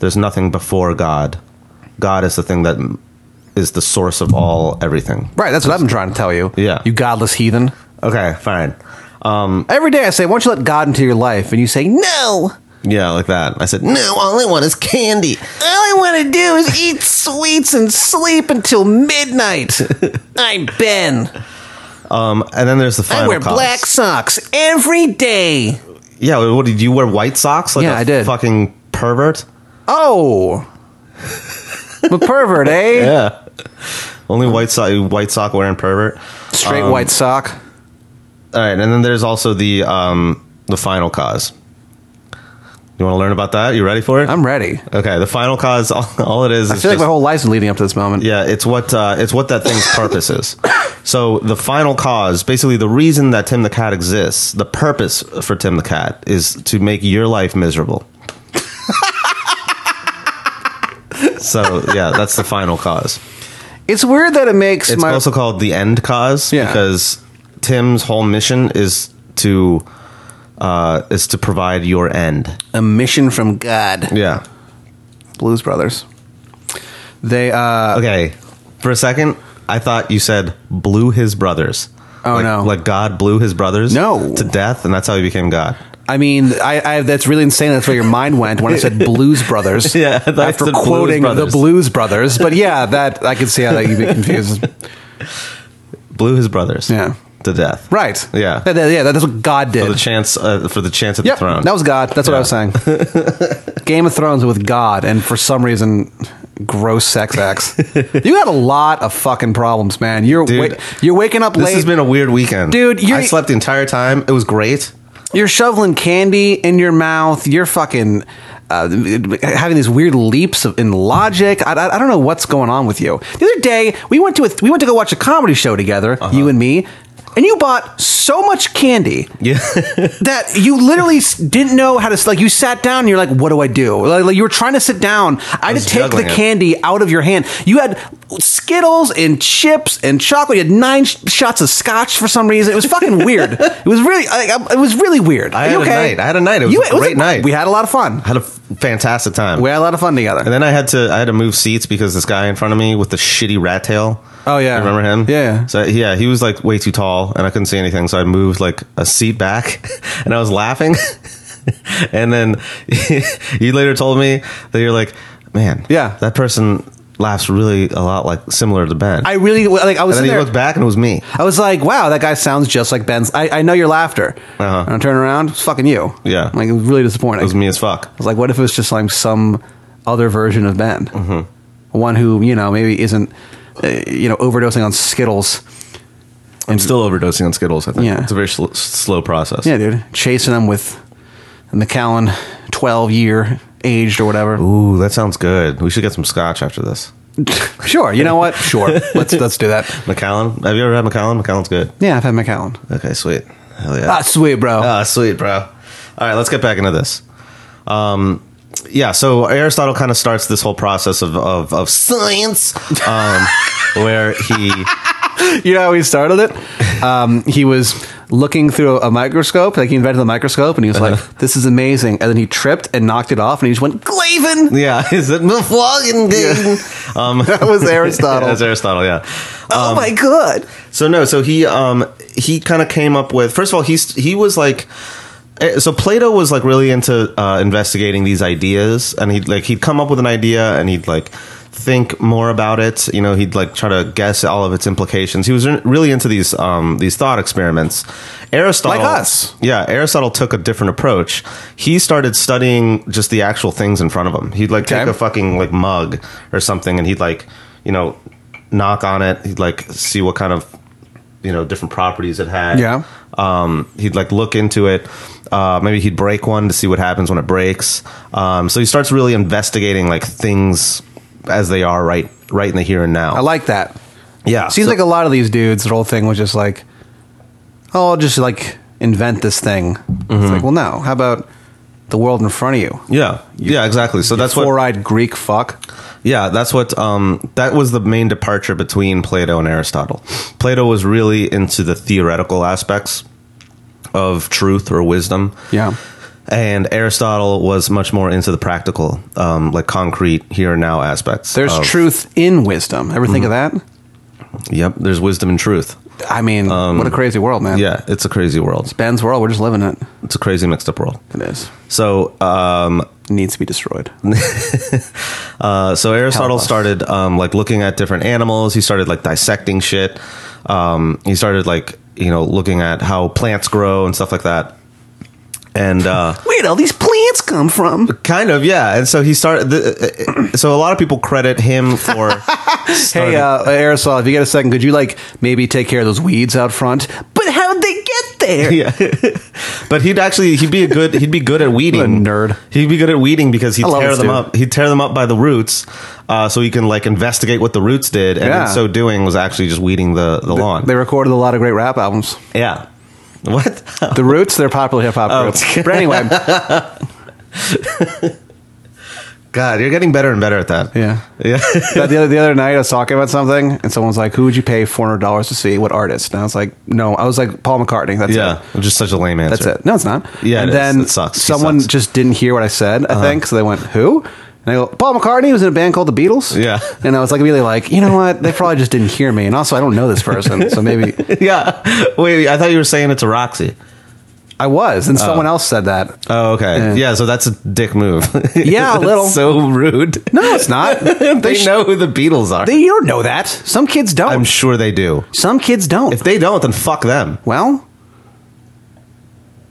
[SPEAKER 2] There's nothing before God. God is the thing that m- is the source of all everything.
[SPEAKER 3] Right. That's what I've been trying to tell you.
[SPEAKER 2] Yeah.
[SPEAKER 3] You godless heathen.
[SPEAKER 2] Okay, fine.
[SPEAKER 3] Every day I say, why don't you let God into your life? And you say, no.
[SPEAKER 2] Yeah, like that. I said, no, all I want is candy.
[SPEAKER 3] All I want to do is eat sweets and sleep until midnight. I'm Ben.
[SPEAKER 2] Um, and then there's the final cause.
[SPEAKER 3] socks every day.
[SPEAKER 2] Yeah, what did you wear? White socks? Like
[SPEAKER 3] Yeah,
[SPEAKER 2] I
[SPEAKER 3] I did.
[SPEAKER 2] Fucking pervert.
[SPEAKER 3] Oh. I'm a pervert, eh?
[SPEAKER 2] Yeah. Only white sock, white sock wearing pervert.
[SPEAKER 3] Straight
[SPEAKER 2] Um,
[SPEAKER 3] white sock.
[SPEAKER 2] All right, and then there's also the um, the final cause. You want to learn about that? You ready for it?
[SPEAKER 3] I'm ready.
[SPEAKER 2] okay. The final cause. All, all it is.
[SPEAKER 3] I feel like my whole life's been leading up to this moment.
[SPEAKER 2] Yeah, it's what uh, it's what that thing's purpose is. So the final cause, basically the reason that Tim the Cat exists, the purpose for Tim the Cat is to make your life miserable. so yeah, that's the final cause.
[SPEAKER 3] It's weird that it makes
[SPEAKER 2] It's
[SPEAKER 3] my
[SPEAKER 2] also called the end cause
[SPEAKER 3] Yeah.
[SPEAKER 2] because Tim's whole mission is to uh, is to provide your end.
[SPEAKER 3] a mission from God.
[SPEAKER 2] Yeah.
[SPEAKER 3] Blues Brothers. They uh
[SPEAKER 2] Okay. For a second, I thought you said blew his brothers.
[SPEAKER 3] Oh,
[SPEAKER 2] like,
[SPEAKER 3] no.
[SPEAKER 2] Like God blew his brothers
[SPEAKER 3] No.
[SPEAKER 2] to death, and that's how he became God.
[SPEAKER 3] I mean I, I that's really insane that's where your mind went when I said Blues Brothers.
[SPEAKER 2] Yeah, that's
[SPEAKER 3] After
[SPEAKER 2] the Blues
[SPEAKER 3] quoting
[SPEAKER 2] Brothers.
[SPEAKER 3] the Blues Brothers. But yeah, that I could see how that you'd be confused.
[SPEAKER 2] Blew his brothers.
[SPEAKER 3] Yeah.
[SPEAKER 2] to death.
[SPEAKER 3] Right.
[SPEAKER 2] Yeah.
[SPEAKER 3] That- that- yeah. That's what God did.
[SPEAKER 2] For the chance uh, for the chance at
[SPEAKER 3] Yep,
[SPEAKER 2] the throne.
[SPEAKER 3] that was God. That's what
[SPEAKER 2] Yeah.
[SPEAKER 3] I was saying. Game of Thrones with God, and for some reason, gross sex acts. you had a lot of fucking problems, man. You're
[SPEAKER 2] Dude,
[SPEAKER 3] wa- you're waking up
[SPEAKER 2] This
[SPEAKER 3] late.
[SPEAKER 2] has been a weird weekend,
[SPEAKER 3] Dude, you-
[SPEAKER 2] I slept the entire time. It was great.
[SPEAKER 3] you're shoveling candy in your mouth. You're fucking uh, having these weird leaps of, in logic. I, I, I don't know what's going on with you. The other day, we went to a, we went to go watch a comedy show together,
[SPEAKER 2] Uh-huh.
[SPEAKER 3] you and me. And you bought so much candy
[SPEAKER 2] Yeah.
[SPEAKER 3] that you literally s- didn't know how to s- like you sat down and you're like what do i do like, like, you were trying to sit down i had to
[SPEAKER 2] was
[SPEAKER 3] take the
[SPEAKER 2] juggling it.
[SPEAKER 3] candy out of your hand you had skittles and chips and chocolate you had nine sh- shots of scotch for some reason it was fucking weird it was really like, I- it was really weird
[SPEAKER 2] I had a night. I had a night. It was a great night.
[SPEAKER 3] we had a lot of fun
[SPEAKER 2] had a f- fantastic time.
[SPEAKER 3] we had a lot of
[SPEAKER 2] And
[SPEAKER 3] fun together
[SPEAKER 2] then I had to I had to move seats because this guy in front of me with the shitty rat tail.
[SPEAKER 3] Oh, yeah.
[SPEAKER 2] You remember him?
[SPEAKER 3] Yeah.
[SPEAKER 2] So yeah, he was like way too tall, and I couldn't see anything. So I moved like a seat back, and I was laughing. and then you later told me that you're like, man,
[SPEAKER 3] Yeah.
[SPEAKER 2] that person laughs really a lot like similar to Ben.
[SPEAKER 3] i really like i was
[SPEAKER 2] and then
[SPEAKER 3] in
[SPEAKER 2] you
[SPEAKER 3] there
[SPEAKER 2] looked back, and it was me.
[SPEAKER 3] I was like, wow, that guy sounds just like Ben's. I, I know your laughter.
[SPEAKER 2] Uh-huh.
[SPEAKER 3] And I turn around, it's fucking you.
[SPEAKER 2] Yeah.
[SPEAKER 3] Like, it was really disappointing.
[SPEAKER 2] It was me as fuck.
[SPEAKER 3] I was like, what if it was just like some other version of Ben? One who, you know, maybe isn't, uh, you know, overdosing on Skittles.
[SPEAKER 2] I'm still overdosing on Skittles. I think
[SPEAKER 3] Yeah.
[SPEAKER 2] it's a very sl- slow process.
[SPEAKER 3] Yeah, dude. Chasing them with a McAllen 12 year aged or whatever.
[SPEAKER 2] Ooh, that sounds good. We should get some scotch after this.
[SPEAKER 3] sure. You know what? Sure. let's, let's do that.
[SPEAKER 2] McAllen, have you ever had McAllen? McAllen's good.
[SPEAKER 3] Yeah, I've had McAllen.
[SPEAKER 2] Okay, sweet. Hell yeah.
[SPEAKER 3] Ah, sweet, bro.
[SPEAKER 2] Ah, sweet, bro. All right, let's get back into this. Um, yeah, so Aristotle kind of starts this whole process of, of, of science um, where he.
[SPEAKER 3] you know how he started it? Um, he was looking through a, microscope, like he invented the microscope, and he was
[SPEAKER 2] Uh-huh.
[SPEAKER 3] like, "This is amazing." And then he tripped and knocked it off, and he just went, "Glavin."
[SPEAKER 2] Yeah, is it the flogging game? Um,
[SPEAKER 3] That was Aristotle.
[SPEAKER 2] That's Aristotle, yeah.
[SPEAKER 3] oh my god!
[SPEAKER 2] So no, so he um he kind of came up with first of all he's he was like eh, so Plato was like really into uh, investigating these ideas and he'd like he'd come up with an idea and he'd like think more about it you know he'd like try to guess all of its implications he was re- really into these um these thought experiments aristotle
[SPEAKER 3] Like us.
[SPEAKER 2] yeah aristotle took a different approach he started studying just the actual things in front of him he'd like
[SPEAKER 3] Okay.
[SPEAKER 2] take a fucking like mug or something and he'd like you know knock on it he'd like see what kind of you know different properties it had
[SPEAKER 3] Yeah.
[SPEAKER 2] um he'd like look into it uh maybe he'd break one to see what happens when it breaks um so he starts really investigating like things as they are right right in the here and now
[SPEAKER 3] I like that.
[SPEAKER 2] yeah Ah,
[SPEAKER 3] Seems
[SPEAKER 2] so-
[SPEAKER 3] like a lot of these dudes. Their whole thing was just like, "Oh, I'll just like invent this thing." It's
[SPEAKER 2] Mm-hmm.
[SPEAKER 3] like, well, no. How about the world in front of you?
[SPEAKER 2] yeah yeah exactly so that's what
[SPEAKER 3] Four-eyed Greek fuck.
[SPEAKER 2] Yeah, that's what um, that was the main departure between Plato and Aristotle. Plato was really into the theoretical aspects of truth or wisdom.
[SPEAKER 3] Yeah.
[SPEAKER 2] And Aristotle was much more into the practical, um, like concrete here and now aspects.
[SPEAKER 3] There's
[SPEAKER 2] of- Mm-hmm.
[SPEAKER 3] truth in wisdom. Ever think of that?
[SPEAKER 2] Yep, there's wisdom and truth.
[SPEAKER 3] I mean, what a crazy world, man.
[SPEAKER 2] Um, Yeah, it's a crazy world.
[SPEAKER 3] Ben's world. We're just living it.
[SPEAKER 2] It's a crazy mixed up world.
[SPEAKER 3] It is.
[SPEAKER 2] So, um,
[SPEAKER 3] It needs to be destroyed.
[SPEAKER 2] Uh, so Aristotle
[SPEAKER 3] us.
[SPEAKER 2] started um, like looking at different animals. He started like dissecting shit. Um, he started like you know looking at how plants grow and stuff like that. And uh,
[SPEAKER 3] Where'd all these plants come from?
[SPEAKER 2] kind of yeah. And so he started. The, uh, so a lot of people credit him for. starting-
[SPEAKER 3] Hey, uh, Aerosol, if you get a second, could you, like, maybe take care of those weeds out front? But how'd they get there?
[SPEAKER 2] yeah. but he'd actually he'd be a good he'd be good at weeding.
[SPEAKER 3] What a nerd.
[SPEAKER 2] He'd be good at weeding because he'd
[SPEAKER 3] I love
[SPEAKER 2] tear
[SPEAKER 3] this
[SPEAKER 2] them
[SPEAKER 3] dude.
[SPEAKER 2] up. He'd tear them up by the roots, uh, so he can like investigate what the roots did, and
[SPEAKER 3] Yeah.
[SPEAKER 2] in so doing was actually just weeding the the lawn.
[SPEAKER 3] They recorded a lot of great rap albums.
[SPEAKER 2] Yeah. What?
[SPEAKER 3] The Roots, they're popular hip
[SPEAKER 2] Oh.
[SPEAKER 3] hop groups. But anyway,
[SPEAKER 2] God, you're getting better and better at that.
[SPEAKER 3] yeah.
[SPEAKER 2] Yeah.
[SPEAKER 3] But the, other, the other night, I was talking about something, and someone's like, Who would you pay $400 to see? What artist? And I was like, No. I was like, Paul McCartney. That's it.
[SPEAKER 2] yeah. I'm just such a lame answer.
[SPEAKER 3] That's it. No, it's not.
[SPEAKER 2] Yeah,
[SPEAKER 3] and
[SPEAKER 2] it is.
[SPEAKER 3] then
[SPEAKER 2] It sucks. He
[SPEAKER 3] someone
[SPEAKER 2] sucks. Uh-huh.
[SPEAKER 3] just didn't hear what I said. I think so. They went, "Who?" And I go, "Paul McCartney was in a band called the Beatles."
[SPEAKER 2] Yeah.
[SPEAKER 3] and I was like, really like, you know what? They probably just didn't hear me, and also I don't know this person, so maybe
[SPEAKER 2] Yeah. Wait, I thought you were saying it's a Roxy.
[SPEAKER 3] I was, and someone else said that.
[SPEAKER 2] Oh, okay. Yeah. so that's a dick move.
[SPEAKER 3] Yeah, a
[SPEAKER 2] That's
[SPEAKER 3] little.
[SPEAKER 2] So rude.
[SPEAKER 3] No, it's not.
[SPEAKER 2] they,
[SPEAKER 3] sh-
[SPEAKER 2] know who the Beatles are.
[SPEAKER 3] They you don't know that. Some kids don't.
[SPEAKER 2] I'm sure they do.
[SPEAKER 3] Some kids don't.
[SPEAKER 2] If they don't, then fuck them.
[SPEAKER 3] well,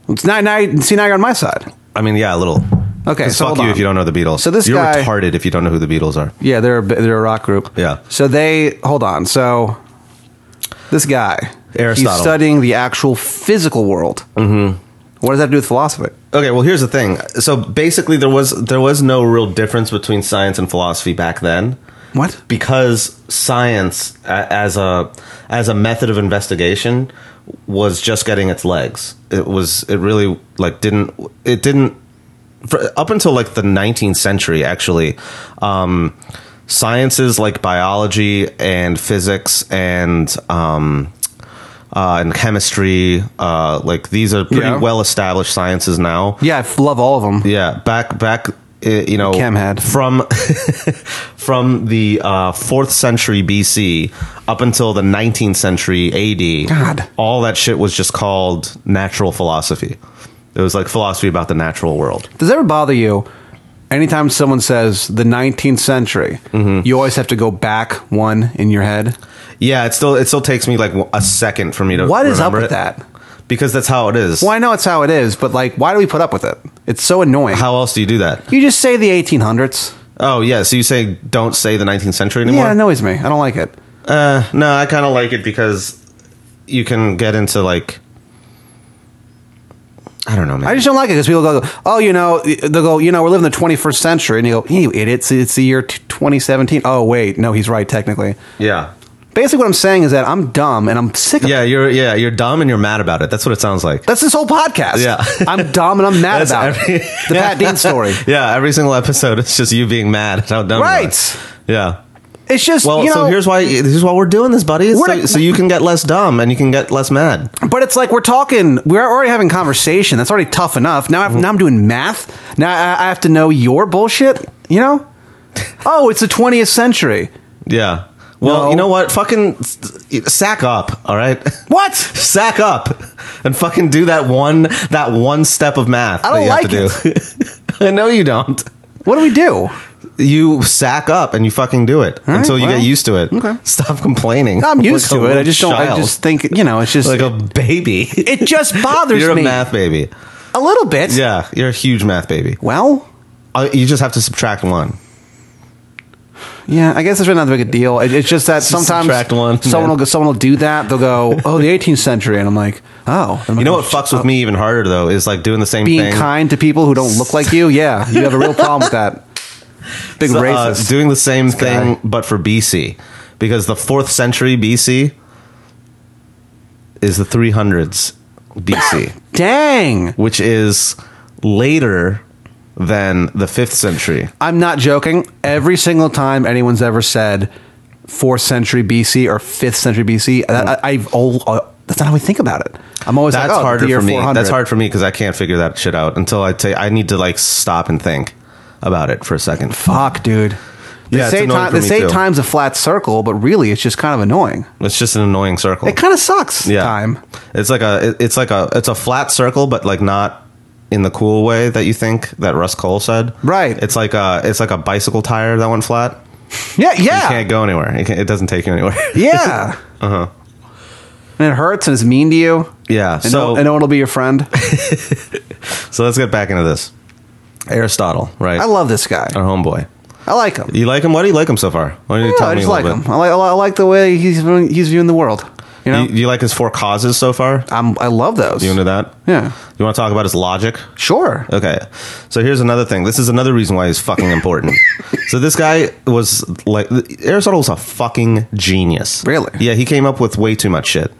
[SPEAKER 3] it's not, now. See, now you're on my side.
[SPEAKER 2] I mean, yeah, a little.
[SPEAKER 3] Okay,
[SPEAKER 2] 'Cause
[SPEAKER 3] so
[SPEAKER 2] fuck
[SPEAKER 3] hold
[SPEAKER 2] you
[SPEAKER 3] on.
[SPEAKER 2] if you don't know the Beatles.
[SPEAKER 3] So this
[SPEAKER 2] you're
[SPEAKER 3] guy-
[SPEAKER 2] retarded if you don't know who the Beatles are.
[SPEAKER 3] Yeah, they're a, bi- they're a rock group.
[SPEAKER 2] Yeah.
[SPEAKER 3] So they hold on. So this guy,
[SPEAKER 2] Aristotle.
[SPEAKER 3] he's studying the actual physical world. Mm-hmm. What does that do with philosophy?
[SPEAKER 2] Okay, well, here's the thing. So basically, there was there was no real difference between science and philosophy back then.
[SPEAKER 3] What?
[SPEAKER 2] because science a- as a as a method of investigation was just getting its legs it was it really like didn't it didn't for, up until like the 19th century actually um sciences like biology and physics and um uh, and chemistry, uh, like these are pretty
[SPEAKER 3] Yeah.
[SPEAKER 2] well established sciences now.
[SPEAKER 3] Yeah, I f- love all of them.
[SPEAKER 2] Yeah, back back uh, you know
[SPEAKER 3] Chem had.
[SPEAKER 2] from from the uh, fourth century BC up until the nineteenth century AD.
[SPEAKER 3] God.
[SPEAKER 2] all that shit was just called natural philosophy. It was like philosophy about the natural world.
[SPEAKER 3] Does it ever bother you? Anytime someone says the 19th century, you always have to go back one in your head.
[SPEAKER 2] Yeah, it still it still takes me like a second for me to.
[SPEAKER 3] What is up
[SPEAKER 2] remember
[SPEAKER 3] with
[SPEAKER 2] it.
[SPEAKER 3] that?
[SPEAKER 2] Because that's how it is.
[SPEAKER 3] Well, I know it's how it is, but like, why do we put up with it? It's so annoying.
[SPEAKER 2] How else do you do that?
[SPEAKER 3] you just say the 1800s.
[SPEAKER 2] Oh yeah, so you say don't say the nineteenth century anymore.
[SPEAKER 3] Yeah, it annoys me. I don't like it.
[SPEAKER 2] Uh, no, I kind of like it because you can get into like I don't know, man.
[SPEAKER 3] I just don't like it because people go, oh, you know, they'll go, you know, we're living in the 21st century. And you go, you idiot, it's, it's the year t- 2017. Oh, wait, no, he's right, technically.
[SPEAKER 2] yeah,
[SPEAKER 3] Basically, what I'm saying is that I'm dumb and I'm sick of
[SPEAKER 2] yeah. You're yeah. You're dumb and you're mad about it. That's what it sounds like.
[SPEAKER 3] That's this whole podcast.
[SPEAKER 2] Yeah.
[SPEAKER 3] I'm dumb and I'm mad
[SPEAKER 2] That's
[SPEAKER 3] about
[SPEAKER 2] every-
[SPEAKER 3] it. The Pat Dean story.
[SPEAKER 2] yeah, every single episode, it's just you being mad at how dumb. you are.
[SPEAKER 3] Right.
[SPEAKER 2] Yeah.
[SPEAKER 3] It's just,
[SPEAKER 2] Well,
[SPEAKER 3] you know,
[SPEAKER 2] so here's why. Here's why we're doing this, buddy. So,
[SPEAKER 3] We're not-
[SPEAKER 2] so you can get less dumb and you can get less mad.
[SPEAKER 3] but it's like we're talking, we're already having conversation. That's already tough enough. Now, I've,
[SPEAKER 2] Mm-hmm.
[SPEAKER 3] now I'm doing math. Now I, I have to know your bullshit, you know? Oh, it's the 20th century.
[SPEAKER 2] Yeah. Well,
[SPEAKER 3] No.
[SPEAKER 2] you know what? Fucking s- sack up. All right.
[SPEAKER 3] What?
[SPEAKER 2] sack up and fucking do that one that one step of math
[SPEAKER 3] I don't
[SPEAKER 2] that you have to do. I know you don't.
[SPEAKER 3] What do we do?
[SPEAKER 2] You sack up and you fucking do it
[SPEAKER 3] right,
[SPEAKER 2] until you
[SPEAKER 3] well,
[SPEAKER 2] get used to it.
[SPEAKER 3] okay.
[SPEAKER 2] Stop complaining.
[SPEAKER 3] I'm used
[SPEAKER 2] Like a
[SPEAKER 3] to it. I
[SPEAKER 2] little
[SPEAKER 3] just don't. I
[SPEAKER 2] child.
[SPEAKER 3] just think you know. It's just
[SPEAKER 2] like a baby.
[SPEAKER 3] it just bothers
[SPEAKER 2] You're a
[SPEAKER 3] me
[SPEAKER 2] math baby.
[SPEAKER 3] a little bit.
[SPEAKER 2] Yeah, you're a huge math baby.
[SPEAKER 3] Well,
[SPEAKER 2] Uh, You just have to subtract one.
[SPEAKER 3] yeah. I guess it's really not that big a deal. It, it's just that sometimes
[SPEAKER 2] subtract one,
[SPEAKER 3] someone
[SPEAKER 2] man.
[SPEAKER 3] will go, someone will do that. They'll go, oh, the 18th century, and I'm like, oh.
[SPEAKER 2] You know what fucks with me even harder though is like doing the same
[SPEAKER 3] Being
[SPEAKER 2] thing.
[SPEAKER 3] kind to people who don't look like you. Yeah, you have a real problem with that. Big
[SPEAKER 2] So, uh,
[SPEAKER 3] racist.
[SPEAKER 2] doing the same
[SPEAKER 3] guy.
[SPEAKER 2] thing but for BC because the fourth century BC is the 300s BC,
[SPEAKER 3] Dang.
[SPEAKER 2] which is later than the fifth century.
[SPEAKER 3] I'm not joking. Every single time anyone's ever said fourth century BC or fifth century BC, I, I, I've all, uh, that's not how we think about it. I'm always
[SPEAKER 2] That's
[SPEAKER 3] like, oh,
[SPEAKER 2] harder
[SPEAKER 3] the year
[SPEAKER 2] for me.
[SPEAKER 3] 400.
[SPEAKER 2] That's hard for me because I can't figure that shit out until I take. I need to like stop and think about it for a second.
[SPEAKER 3] Fuck, dude. They
[SPEAKER 2] Yeah, it's
[SPEAKER 3] say,
[SPEAKER 2] annoying for
[SPEAKER 3] ti- they
[SPEAKER 2] me
[SPEAKER 3] say
[SPEAKER 2] too.
[SPEAKER 3] time's a flat circle, but really it's just kind of annoying.
[SPEAKER 2] It's just an annoying circle.
[SPEAKER 3] It kind of sucks. Time.
[SPEAKER 2] It's like a. it- It's like a. It's a flat circle, but like not in the cool way that you think that Russ Cole said.
[SPEAKER 3] Right.
[SPEAKER 2] It's like a. It's like a bicycle tire that went flat.
[SPEAKER 3] Yeah,
[SPEAKER 2] You
[SPEAKER 3] yeah,
[SPEAKER 2] can't go anywhere. It, can't, it doesn't take you anywhere. Uh-huh.
[SPEAKER 3] yeah. uh huh. And it hurts and it's mean to you.
[SPEAKER 2] yeah.
[SPEAKER 3] And
[SPEAKER 2] so
[SPEAKER 3] no, and no one will be your friend.
[SPEAKER 2] so let's get back into this. Aristotle, right?
[SPEAKER 3] I love this guy.
[SPEAKER 2] our homeboy.
[SPEAKER 3] I like him.
[SPEAKER 2] You like him? What do you like him so far? Why don't you
[SPEAKER 3] Yeah,
[SPEAKER 2] tell
[SPEAKER 3] I
[SPEAKER 2] me
[SPEAKER 3] just
[SPEAKER 2] a
[SPEAKER 3] like
[SPEAKER 2] little
[SPEAKER 3] him.
[SPEAKER 2] bit?
[SPEAKER 3] I like, I like the way he's viewing- he's viewing the world. You know,
[SPEAKER 2] You, you like his four causes so far?
[SPEAKER 3] I'm, I love those.
[SPEAKER 2] You into that?
[SPEAKER 3] yeah,
[SPEAKER 2] You want to talk about his logic?
[SPEAKER 3] sure.
[SPEAKER 2] Okay. So here's another thing. This is another reason why he's fucking important. so this guy was like Aristotle was a fucking genius.
[SPEAKER 3] Really?
[SPEAKER 2] Yeah, he came up with way too much shit.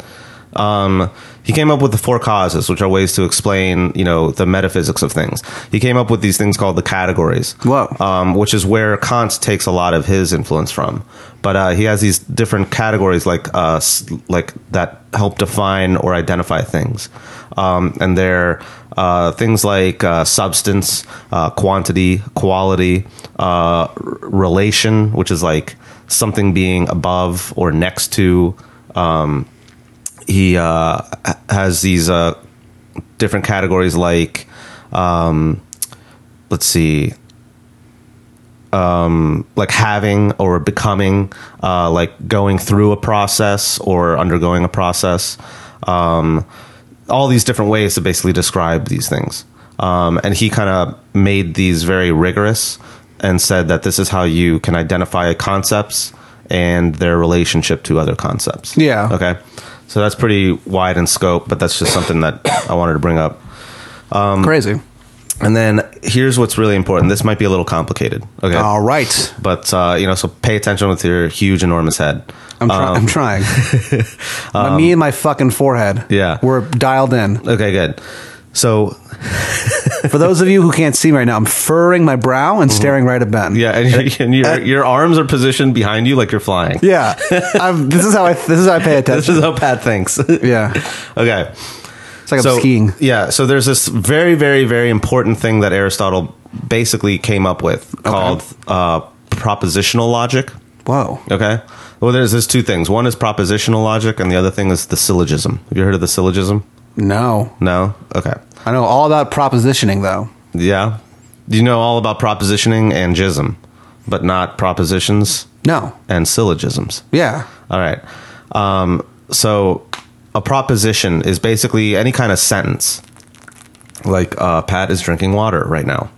[SPEAKER 2] Um, he came up with the four causes, which are ways to explain, you know, the metaphysics of things. He came up with these things called the categories.
[SPEAKER 3] Whoa.
[SPEAKER 2] Um, which is where Kant takes a lot of his influence from. But uh, he has these different categories, like uh, s- like that help define or identify things, um, and they're uh, things like uh, substance, uh, quantity, quality, uh, r- relation, which is like something being above or next to. Um, he uh, ha- has these uh, different categories like, um, let's see, um, like having or becoming, uh, like going through a process or undergoing a process. Um, all these different ways to basically describe these things. Um, and he kind of made these very rigorous and said that this is how you can identify concepts and their relationship to other concepts.
[SPEAKER 3] Yeah.
[SPEAKER 2] Okay. So that's pretty wide in scope, but that's just something that I wanted to bring up. Um,
[SPEAKER 3] Crazy.
[SPEAKER 2] And then here's what's really important. This might be a little complicated. Okay.
[SPEAKER 3] All right.
[SPEAKER 2] But, uh, you know, so pay attention with your huge, enormous head.
[SPEAKER 3] I'm,
[SPEAKER 2] Um,
[SPEAKER 3] try- I'm trying. My- me and my fucking forehead.
[SPEAKER 2] Yeah.
[SPEAKER 3] We're dialed in.
[SPEAKER 2] Okay, good. So,
[SPEAKER 3] For those of you who can't see me right now, I'm furrowing my brow and staring right at Ben.
[SPEAKER 2] Mm-hmm. yeah, and, your- and your, your arms are positioned behind you like you're flying.
[SPEAKER 3] Yeah. I'm, this is how I. This is how I pay
[SPEAKER 2] This
[SPEAKER 3] attention.
[SPEAKER 2] is how Pat thinks.
[SPEAKER 3] Yeah.
[SPEAKER 2] okay.
[SPEAKER 3] It's like I'm skiing.
[SPEAKER 2] Yeah, so there's this very, very, very important thing that Aristotle basically came up with called uh, propositional logic.
[SPEAKER 3] Whoa.
[SPEAKER 2] Okay. Well, there's there's two things. One is propositional logic, and the other thing is the syllogism. Have you heard of the syllogism?
[SPEAKER 3] No.
[SPEAKER 2] No. Okay.
[SPEAKER 3] I know all about propositioning though.
[SPEAKER 2] Yeah. You know all about propositioning and jism, but not propositions
[SPEAKER 3] No.
[SPEAKER 2] and syllogisms.
[SPEAKER 3] Yeah.
[SPEAKER 2] All right. Um, so a proposition is basically any kind of sentence. Like uh, Pat is drinking water right now.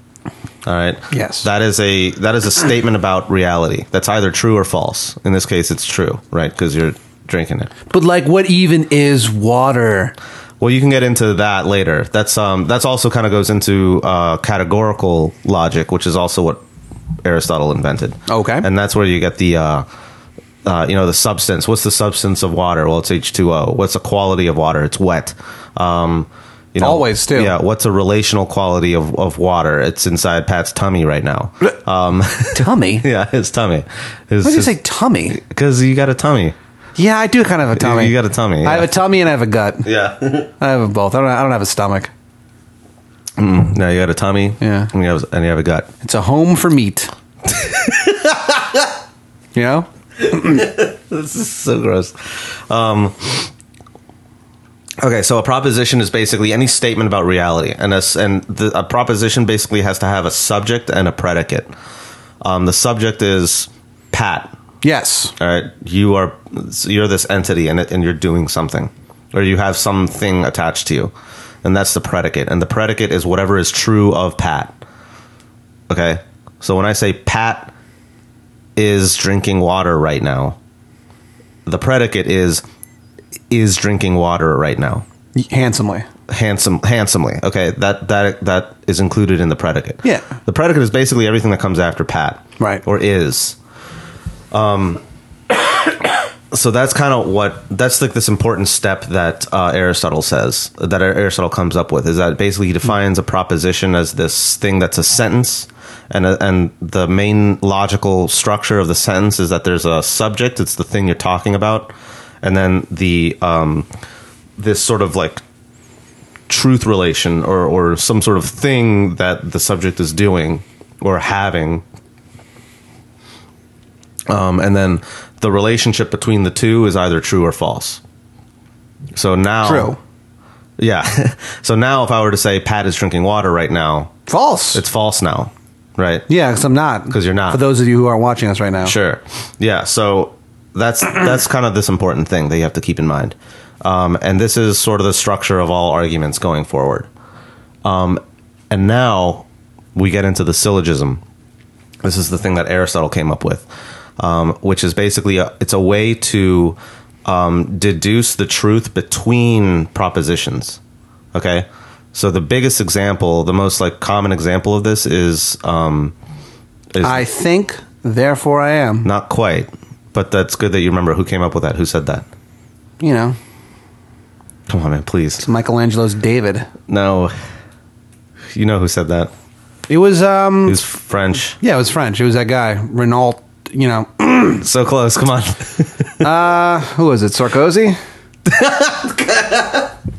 [SPEAKER 2] All right.
[SPEAKER 3] Yes.
[SPEAKER 2] That is a that is a statement about reality. That's either true or false. In this case, it's true, right? Because you're drinking it.
[SPEAKER 3] But like, what even is water?
[SPEAKER 2] Well, you can get into that later. That's um that's also kind of goes into uh, categorical logic, which is also what Aristotle invented.
[SPEAKER 3] Okay.
[SPEAKER 2] and that's where you get the uh, uh, you know the substance. What's the substance of water? Well, it's H two O. What's the quality of water? It's wet. Um, you know,
[SPEAKER 3] Always, too.
[SPEAKER 2] Yeah. What's a relational quality of, of water? It's inside Pat's tummy right now. Um,
[SPEAKER 3] Tummy. Why
[SPEAKER 2] yeah, his tummy.
[SPEAKER 3] do you say tummy?
[SPEAKER 2] Because you got a tummy.
[SPEAKER 3] Yeah, I do kind of have a tummy.
[SPEAKER 2] you got a tummy,
[SPEAKER 3] I have
[SPEAKER 2] yeah.
[SPEAKER 3] a tummy and I have a gut.
[SPEAKER 2] Yeah.
[SPEAKER 3] I have both. I don't. I don't have a stomach.
[SPEAKER 2] no, you got a tummy.
[SPEAKER 3] Yeah.
[SPEAKER 2] And you have, and you have a gut.
[SPEAKER 3] It's a home for meat. you know.
[SPEAKER 2] so gross. Um, okay, so a proposition is basically any statement about reality, and a, s- and the, a proposition basically has to have a subject and a predicate. Um, the subject is Pat.
[SPEAKER 3] Yes.
[SPEAKER 2] All right, you are you're this entity, and it, and you're doing something, or you have something attached to you, and that's the predicate. And the predicate is whatever is true of Pat. Okay, so when I say Pat is drinking water right now, the predicate is is drinking water right now,
[SPEAKER 3] Handsomely.
[SPEAKER 2] handsome handsomely. Okay, that that that is included in the predicate.
[SPEAKER 3] Yeah.
[SPEAKER 2] the predicate is basically everything that comes after Pat,
[SPEAKER 3] Right.
[SPEAKER 2] or is Um, so that's kind of what that's like this important step that uh, Aristotle says that Aristotle comes up with is that basically he defines a proposition as this thing that's a sentence and a, and the main logical structure of the sentence is that there's a subject it's the thing you're talking about and then the um, this sort of like truth relation or or some sort of thing that the subject is doing or having um, and then the relationship between the two is either true or false. So now,
[SPEAKER 3] True.
[SPEAKER 2] yeah. so now, if I were to say Pat is drinking water right now,
[SPEAKER 3] False.
[SPEAKER 2] it's false now, right?
[SPEAKER 3] yeah, because I'm not. Because
[SPEAKER 2] you're not.
[SPEAKER 3] For those of you who aren't watching us right now.
[SPEAKER 2] Sure. Yeah. So that's that's kind of this important thing that you have to keep in mind, um, and this is sort of the structure of all arguments going forward. Um, and now we get into the syllogism. This is the thing that Aristotle came up with, um, which is basically a, it's a way to um, deduce the truth between propositions. Okay. So the biggest example, the most like common example of this is um, is
[SPEAKER 3] I think, therefore I am.
[SPEAKER 2] not quite, but that's good that you remember who came up with that. Who said that?
[SPEAKER 3] You know,
[SPEAKER 2] Come on, man, please.
[SPEAKER 3] Michelangelo's David.
[SPEAKER 2] No, you know who said that?
[SPEAKER 3] It was um.
[SPEAKER 2] He's French.
[SPEAKER 3] Yeah, it was French. It was that guy Renault. You know,
[SPEAKER 2] So close. Come on.
[SPEAKER 3] who was it? Sarkozy.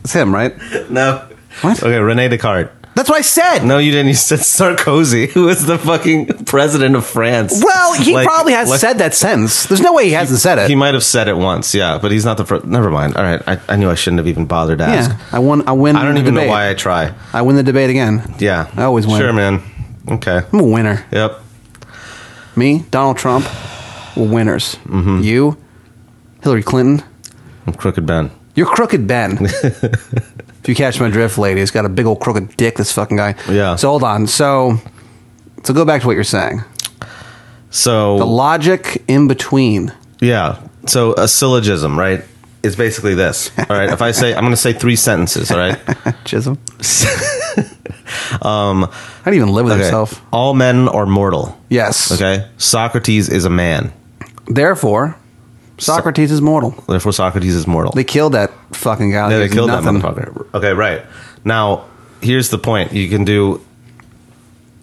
[SPEAKER 3] it's him, right?
[SPEAKER 2] no.
[SPEAKER 3] What?
[SPEAKER 2] Okay, Rene Descartes.
[SPEAKER 3] That's what I said.
[SPEAKER 2] No, you didn't. You said Sarkozy, who is the fucking president of France.
[SPEAKER 3] Well, he
[SPEAKER 2] Like-
[SPEAKER 3] probably has
[SPEAKER 2] like-
[SPEAKER 3] said that sentence. There's no way he hasn't said it.
[SPEAKER 2] He might have said it once, yeah, but he's not the first. Never mind. All right, I, I knew I shouldn't have even bothered to ask.
[SPEAKER 3] yeah, I won. I win.
[SPEAKER 2] I don't
[SPEAKER 3] the
[SPEAKER 2] even
[SPEAKER 3] debate.
[SPEAKER 2] know why I try.
[SPEAKER 3] I win the debate again.
[SPEAKER 2] Yeah,
[SPEAKER 3] I always win.
[SPEAKER 2] Sure, man. Okay.
[SPEAKER 3] I'm a winner.
[SPEAKER 2] Yep.
[SPEAKER 3] Me, Donald Trump, we're winners.
[SPEAKER 2] Mm-hmm.
[SPEAKER 3] You, Hillary Clinton,
[SPEAKER 2] I'm crooked Ben.
[SPEAKER 3] you're crooked Ben. if you catch my drift, lady, he's got a big old crooked dick. This fucking guy.
[SPEAKER 2] Yeah.
[SPEAKER 3] So hold on. So, so go back to what you're saying.
[SPEAKER 2] So
[SPEAKER 3] The logic in between.
[SPEAKER 2] Yeah. So a syllogism, right, is basically this. All right. If I say, I'm going to say three sentences. All right.
[SPEAKER 3] Chisholm. I don't even live with
[SPEAKER 2] Okay.
[SPEAKER 3] himself.
[SPEAKER 2] All men are mortal.
[SPEAKER 3] Yes.
[SPEAKER 2] Okay. Socrates is a man.
[SPEAKER 3] Therefore, Socrates is mortal.
[SPEAKER 2] Therefore, Socrates is mortal.
[SPEAKER 3] They killed that fucking guy.
[SPEAKER 2] Yeah, they
[SPEAKER 3] He's
[SPEAKER 2] killed
[SPEAKER 3] nothing.
[SPEAKER 2] that motherfucker. Okay. Right. Now, here's the point. You can do.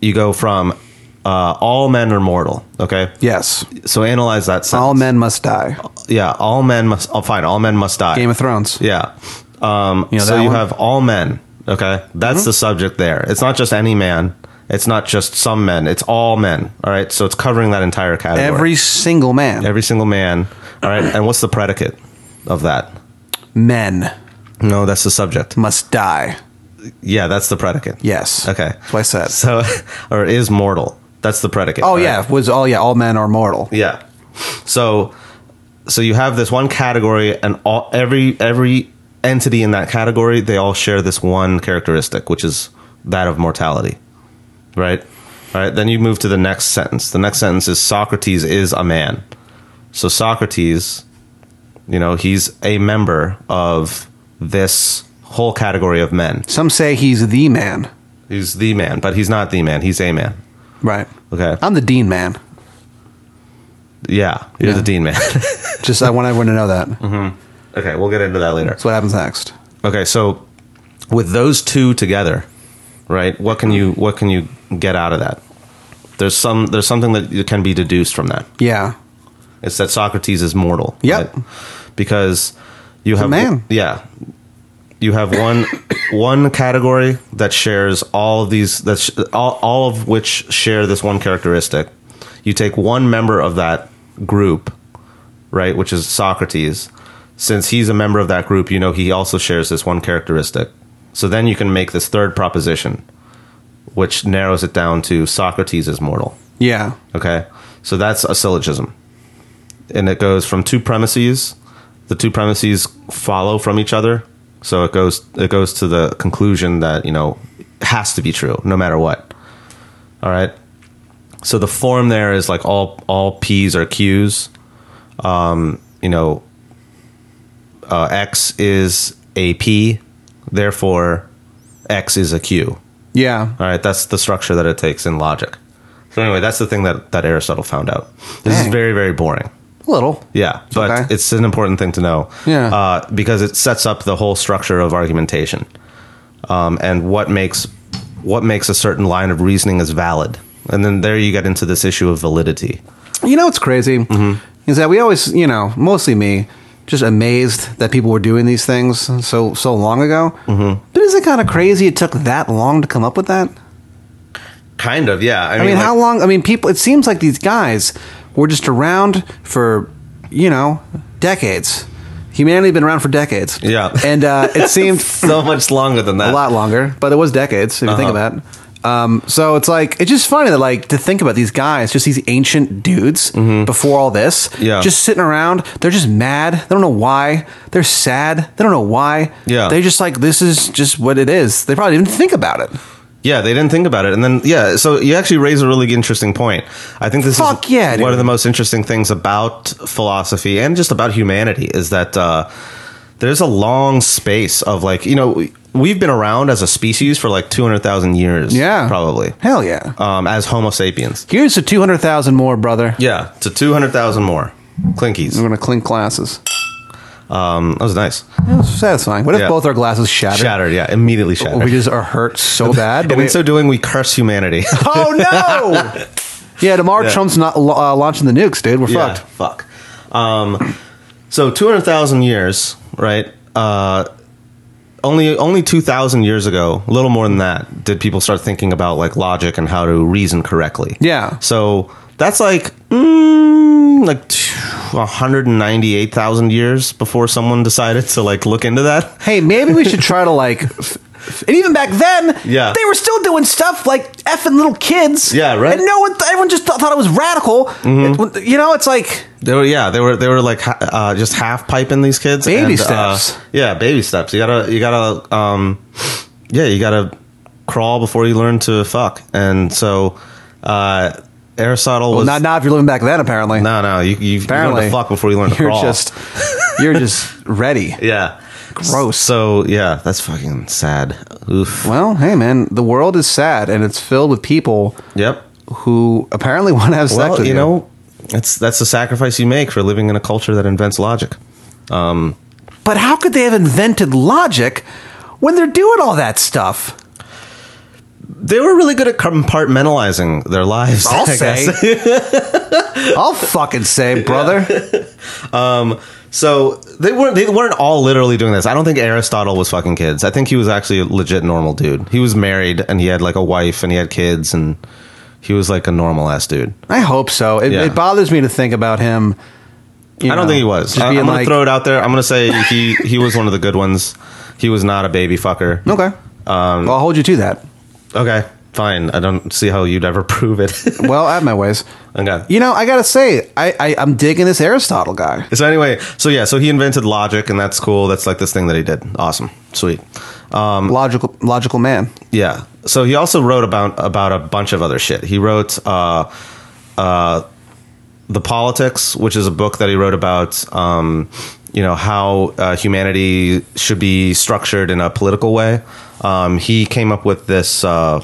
[SPEAKER 2] You go from uh, all men are mortal. Okay.
[SPEAKER 3] Yes.
[SPEAKER 2] So analyze that sentence.
[SPEAKER 3] All men must die.
[SPEAKER 2] Yeah. All men must. Oh, fine. All men must die.
[SPEAKER 3] Game of Thrones.
[SPEAKER 2] Yeah. Um,
[SPEAKER 3] You know
[SPEAKER 2] so
[SPEAKER 3] that
[SPEAKER 2] you
[SPEAKER 3] one? Mm-hmm.
[SPEAKER 2] have all men. Okay. That's the subject there. It's not just any man. It's not just some men. It's all men. All right. So it's covering that entire category.
[SPEAKER 3] Every single man.
[SPEAKER 2] Every single man. All right. And what's the predicate of that?
[SPEAKER 3] men
[SPEAKER 2] No, that's the subject.
[SPEAKER 3] must die.
[SPEAKER 2] Yeah, that's the predicate.
[SPEAKER 3] Yes.
[SPEAKER 2] Okay.
[SPEAKER 3] That's what I said.
[SPEAKER 2] So, or is mortal. That's the predicate.
[SPEAKER 3] Oh
[SPEAKER 2] right?
[SPEAKER 3] yeah, was all yeah, all men are mortal.
[SPEAKER 2] Yeah. So so you have this one category and all every every entity in that category, they all share this one characteristic, which is that of mortality. Right? All right, then you move to the next sentence. The next sentence is Socrates is a man. So Socrates, you know, he's a member of this whole category of men.
[SPEAKER 3] Some say he's the man.
[SPEAKER 2] He's the man, but he's not the man, he's a man.
[SPEAKER 3] Right.
[SPEAKER 2] Okay.
[SPEAKER 3] I'm the dean man.
[SPEAKER 2] yeah, you're
[SPEAKER 3] Yeah.
[SPEAKER 2] the dean man.
[SPEAKER 3] Just I want everyone to know that. That's
[SPEAKER 2] okay, we'll get into that later.
[SPEAKER 3] what happens next.
[SPEAKER 2] Okay, so with those two together, right? What can you what can you get out of that? There's some there's something that can be deduced from that.
[SPEAKER 3] Yeah.
[SPEAKER 2] It's that Socrates is mortal.
[SPEAKER 3] Yep.
[SPEAKER 2] Because you have
[SPEAKER 3] man.
[SPEAKER 2] Yeah. You have one one category that shares all of these that sh- all, all of which share this one characteristic. You take one member of that group, right, which is Socrates. Since he's a member of that group, you know he also shares this one characteristic. So then you can make this third proposition, which narrows it down to Socrates is mortal.
[SPEAKER 3] Yeah.
[SPEAKER 2] Okay. So that's a syllogism. And it goes from two premises. The two premises follow from each other. So it goes it goes to the conclusion that, you know, has to be true no matter what. All right. So the form there is like all all P's are Q's. Um, you know, uh, X is a P, therefore X is a Q.
[SPEAKER 3] Yeah.
[SPEAKER 2] All right, that's the structure that it takes in logic. So anyway, that's the thing that, that Aristotle found out. This
[SPEAKER 3] Dang.
[SPEAKER 2] is very very boring.
[SPEAKER 3] A little.
[SPEAKER 2] Yeah, but
[SPEAKER 3] okay.
[SPEAKER 2] it's an important thing to know.
[SPEAKER 3] Yeah.
[SPEAKER 2] uh, because it sets up the whole structure of argumentation, um, and what makes what makes a certain line of reasoning as valid. And then there you get into this issue of validity.
[SPEAKER 3] You know what's crazy is that we always, you know, mostly me, just amazed that people were doing these things so so long ago. Mm-hmm. But is it kind of crazy it took that long to come up with that?
[SPEAKER 2] Kind of, yeah.
[SPEAKER 3] I mean,
[SPEAKER 2] like-
[SPEAKER 3] how long? I mean, people. It seems like these guys were just around for you know decades. Humanity had been around for decades.
[SPEAKER 2] Yeah.
[SPEAKER 3] and uh, it seemed
[SPEAKER 2] So much longer than that. Uh-huh.
[SPEAKER 3] a lot longer, but it was decades if you think about it. Um, so it's like it's just funny that like to think about these guys, just these ancient dudes before all this,
[SPEAKER 2] Mm-hmm. Yeah.
[SPEAKER 3] just sitting around. They're just mad. They don't know why. They're sad. They don't know why.
[SPEAKER 2] Yeah.
[SPEAKER 3] they just like this is just what it is. They probably didn't think about it.
[SPEAKER 2] Yeah, they didn't think about it, and then yeah. So you actually raise a really interesting point. I think this
[SPEAKER 3] Fuck
[SPEAKER 2] is
[SPEAKER 3] yeah,
[SPEAKER 2] one
[SPEAKER 3] dude.
[SPEAKER 2] of the most interesting things about philosophy and just about humanity is that uh, there's a long space of like you know we- we've been around as a species for like two hundred thousand years.
[SPEAKER 3] Yeah.
[SPEAKER 2] probably
[SPEAKER 3] Hell yeah.
[SPEAKER 2] um, as Homo sapiens.
[SPEAKER 3] Here's to two hundred thousand more, brother.
[SPEAKER 2] Yeah, to two hundred thousand more clinkies.
[SPEAKER 3] We're gonna clink glasses. Mm.
[SPEAKER 2] Um, that was nice.
[SPEAKER 3] Satisfying. What if
[SPEAKER 2] Yeah.
[SPEAKER 3] both our glasses shattered?
[SPEAKER 2] Shattered. Yeah, immediately shattered.
[SPEAKER 3] We just are hurt so bad. but
[SPEAKER 2] and
[SPEAKER 3] we-
[SPEAKER 2] in so doing, we curse humanity.
[SPEAKER 3] oh no! yeah, tomorrow
[SPEAKER 2] Yeah.
[SPEAKER 3] Trump's not uh, launching the nukes, dude. We're
[SPEAKER 2] Yeah,
[SPEAKER 3] fucked.
[SPEAKER 2] Fuck. Um, so two hundred thousand years, right? Uh, a only only two thousand years ago, a little more than that, did people start thinking about like logic and how to reason correctly.
[SPEAKER 3] Yeah.
[SPEAKER 2] So that's like mm, like one hundred and ninety eight thousand years before someone decided to like look into that.
[SPEAKER 3] hey, maybe we should try to like. f- f- And even back then,
[SPEAKER 2] Yeah.
[SPEAKER 3] they were still doing stuff like effing little kids.
[SPEAKER 2] Yeah, right. Mm-hmm.
[SPEAKER 3] And no one, everyone just thought, thought it was radical. It- you know, it's like
[SPEAKER 2] They were yeah, they were they were like ha- uh, just half piping these kids.
[SPEAKER 3] Baby
[SPEAKER 2] and, uh,
[SPEAKER 3] steps.
[SPEAKER 2] yeah, baby steps. You gotta you gotta um, yeah, you gotta crawl before you learn to fuck. And so uh, Aristotle was
[SPEAKER 3] not now if you're living back then. Apparently,
[SPEAKER 2] no no you you, you learn
[SPEAKER 3] apparently
[SPEAKER 2] to fuck before you learn to
[SPEAKER 3] you're
[SPEAKER 2] crawl.
[SPEAKER 3] Just, you're just ready.
[SPEAKER 2] yeah.
[SPEAKER 3] Gross.
[SPEAKER 2] So yeah, that's fucking sad. Oof.
[SPEAKER 3] Well, hey man, the world is sad and it's filled with people
[SPEAKER 2] Yep.
[SPEAKER 3] who apparently want to have sex
[SPEAKER 2] Well,
[SPEAKER 3] with
[SPEAKER 2] you know, that's that's the sacrifice you make for living in a culture that invents logic.
[SPEAKER 3] But how could they have invented logic when they're doing all that stuff?
[SPEAKER 2] They were really good at compartmentalizing their lives.
[SPEAKER 3] I'll
[SPEAKER 2] I guess.
[SPEAKER 3] say. I'll fucking say, brother.
[SPEAKER 2] So they weren't they weren't all literally doing this. I don't think Aristotle was fucking kids. I think he was actually a legit normal dude. He was married and he had like a wife and he had kids and he was like a normal ass dude.
[SPEAKER 3] I hope so. It,
[SPEAKER 2] Yeah.
[SPEAKER 3] it bothers me to think about him. you
[SPEAKER 2] I don't
[SPEAKER 3] know,
[SPEAKER 2] think he was.
[SPEAKER 3] Just
[SPEAKER 2] I, am
[SPEAKER 3] being
[SPEAKER 2] gonna
[SPEAKER 3] like,
[SPEAKER 2] throw it out there. I'm gonna say he he was one of the good ones. He was not a baby fucker.
[SPEAKER 3] okay.
[SPEAKER 2] Um,
[SPEAKER 3] well, I'll hold you to that.
[SPEAKER 2] Okay. Fine. I don't see how you'd ever prove it.
[SPEAKER 3] Well, I have my ways.
[SPEAKER 2] okay.
[SPEAKER 3] You know, I gotta say, I, I I'm digging this Aristotle guy.
[SPEAKER 2] So anyway, so yeah, so he invented logic, and that's cool. That's like this thing that he did. Awesome, sweet. Um,
[SPEAKER 3] logical, logical man.
[SPEAKER 2] Yeah. So he also wrote about about a bunch of other shit. He wrote uh, uh, the politics, which is a book that he wrote about. Um, you know how uh, humanity should be structured in a political way. Um, he came up with this. Uh,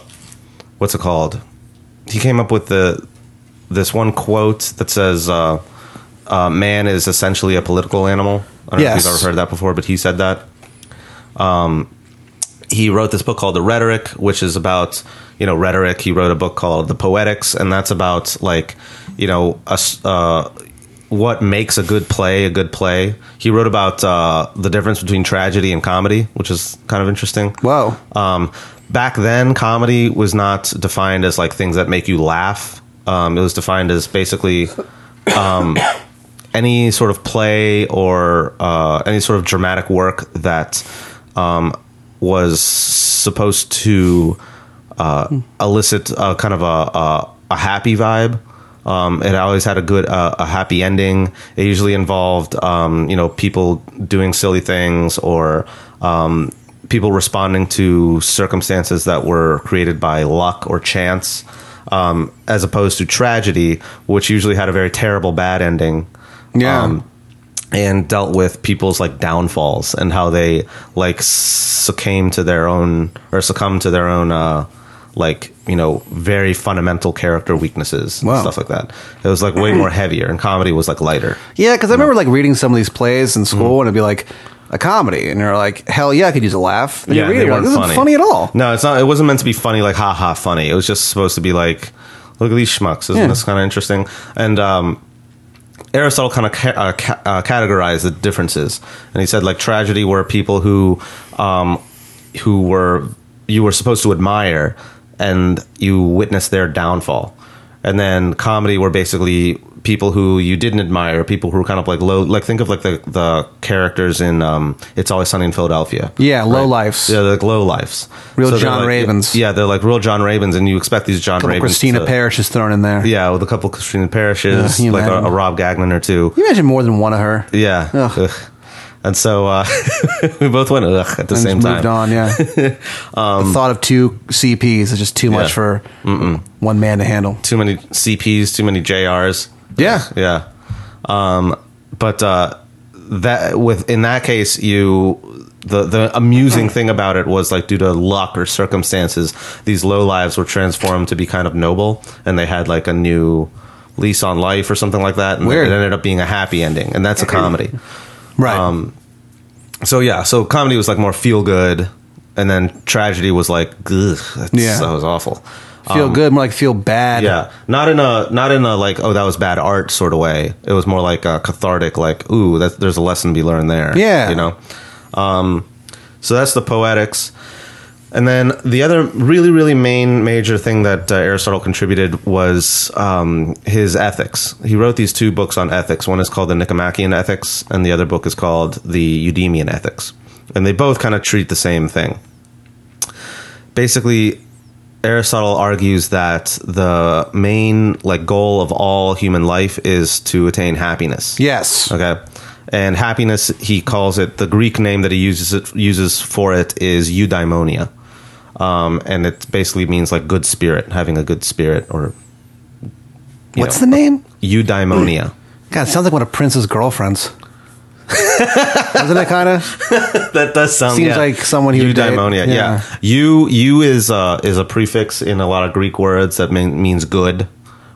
[SPEAKER 2] what's it called? He came up with the this one quote that says, uh, uh, "Man is essentially a political animal." I don't know if
[SPEAKER 3] Yes.
[SPEAKER 2] you've ever heard that before, but he said that Um, he wrote this book called The Rhetoric, which is about you know rhetoric. He wrote a book called The Poetics, and that's about like you know a s uh, what makes a good play a good play. He wrote about uh, the difference between tragedy and comedy, which is kind of interesting.
[SPEAKER 3] Whoa.
[SPEAKER 2] Um, back then, comedy was not defined as like things that make you laugh. Um, it was defined as basically um, any sort of play or uh, any sort of dramatic work that um, was supposed to uh, elicit a kind of a, a, a happy vibe. Um, it always had a good, uh, a happy ending. It usually involved, um, you know, people doing silly things or um, people responding to circumstances that were created by luck or chance, um, as opposed to tragedy, which usually had a very terrible bad ending
[SPEAKER 3] Yeah.
[SPEAKER 2] um, and dealt with people's like downfalls and how they like succumb to their own or succumb to their own uh like you know very fundamental character weaknesses
[SPEAKER 3] Wow.
[SPEAKER 2] and stuff like that it was like way more heavier and comedy was like lighter
[SPEAKER 3] Yeah, because I remember like reading some of these plays in
[SPEAKER 2] Mm.
[SPEAKER 3] school, and it'd be like a comedy, and you're like, hell yeah, I could use a laugh. And you read it,
[SPEAKER 2] they
[SPEAKER 3] you're like,
[SPEAKER 2] weren't
[SPEAKER 3] this isn't funny at all.
[SPEAKER 2] no it's not it wasn't meant to be funny like ha ha funny it was just supposed to be like look at these schmucks isn't
[SPEAKER 3] Yeah.
[SPEAKER 2] this kind of interesting and um Aristotle kind of ca- uh, ca- uh, categorized the differences, and he said like tragedy were people who, um, who were you were supposed to admire, and you witnessed their downfall, and then comedy were basically people who you didn't admire, people who were kind of like low, like think of like the the characters in um, It's Always Sunny in Philadelphia.
[SPEAKER 3] Yeah, low lifes.
[SPEAKER 2] Yeah, they're like low lifes.
[SPEAKER 3] Real
[SPEAKER 2] they're
[SPEAKER 3] John
[SPEAKER 2] like-
[SPEAKER 3] Ravens.
[SPEAKER 2] Yeah, they're like real John Ravens, and you expect these John
[SPEAKER 3] Little
[SPEAKER 2] Ravens.
[SPEAKER 3] Christina
[SPEAKER 2] to-
[SPEAKER 3] Parrish is thrown in there.
[SPEAKER 2] Yeah, with a couple of Christina Parishes,
[SPEAKER 3] Yeah, you
[SPEAKER 2] like a,
[SPEAKER 3] imagine.
[SPEAKER 2] a Rob Gagnon or two.
[SPEAKER 3] You imagine more than one of her.
[SPEAKER 2] Yeah.
[SPEAKER 3] Ugh.
[SPEAKER 2] Ugh. And so uh, we both went ugh at the
[SPEAKER 3] and
[SPEAKER 2] same
[SPEAKER 3] just
[SPEAKER 2] time. Um,
[SPEAKER 3] moved on. Yeah. the thought of two CPs is just too much
[SPEAKER 2] Yeah.
[SPEAKER 3] for one man to handle.
[SPEAKER 2] Too many CPs, too many JRs.
[SPEAKER 3] Yeah.
[SPEAKER 2] Yeah. Um, but uh, that with in that case, you the the amusing thing about it was like due to luck or circumstances, these low lives were transformed to be kind of noble, and they had like a new lease on life or something like that, and
[SPEAKER 3] Weird.
[SPEAKER 2] it ended up being a happy ending, and that's a comedy.
[SPEAKER 3] Right.
[SPEAKER 2] Um, so yeah, so comedy was like more feel good, and then tragedy was like, ugh, that's,
[SPEAKER 3] Yeah.
[SPEAKER 2] that was awful.
[SPEAKER 3] feel good, more like feel bad.
[SPEAKER 2] um, Yeah, not in a not in a like oh that was bad art sort of way. It was more like a cathartic, like ooh that there's a lesson to be learned there.
[SPEAKER 3] Yeah.
[SPEAKER 2] you know. Um, So that's the Poetics. And then the other really, really main major thing that uh, Aristotle contributed was um, his ethics. He wrote these two books on ethics. One is called the Nicomachean Ethics, and the other book is called the Eudemian Ethics. And they both kind of treat the same thing. Basically, Aristotle argues that the main like goal of all human life is to attain happiness.
[SPEAKER 3] Yes.
[SPEAKER 2] Okay. And happiness, he calls it the Greek name that he uses it, uses for it is eudaimonia, um, and it basically means like good spirit, having a good spirit, or you
[SPEAKER 3] What's
[SPEAKER 2] know,
[SPEAKER 3] the name?
[SPEAKER 2] eudaimonia.
[SPEAKER 3] God, it sounds like one of Prince's girlfriends. Doesn't it kind of?
[SPEAKER 2] that does sound
[SPEAKER 3] Seems
[SPEAKER 2] yeah.
[SPEAKER 3] like someone he would date.
[SPEAKER 2] eudaimonia.
[SPEAKER 3] Yeah.
[SPEAKER 2] Yeah. you you is uh, is a prefix in a lot of Greek words that mean, means good. or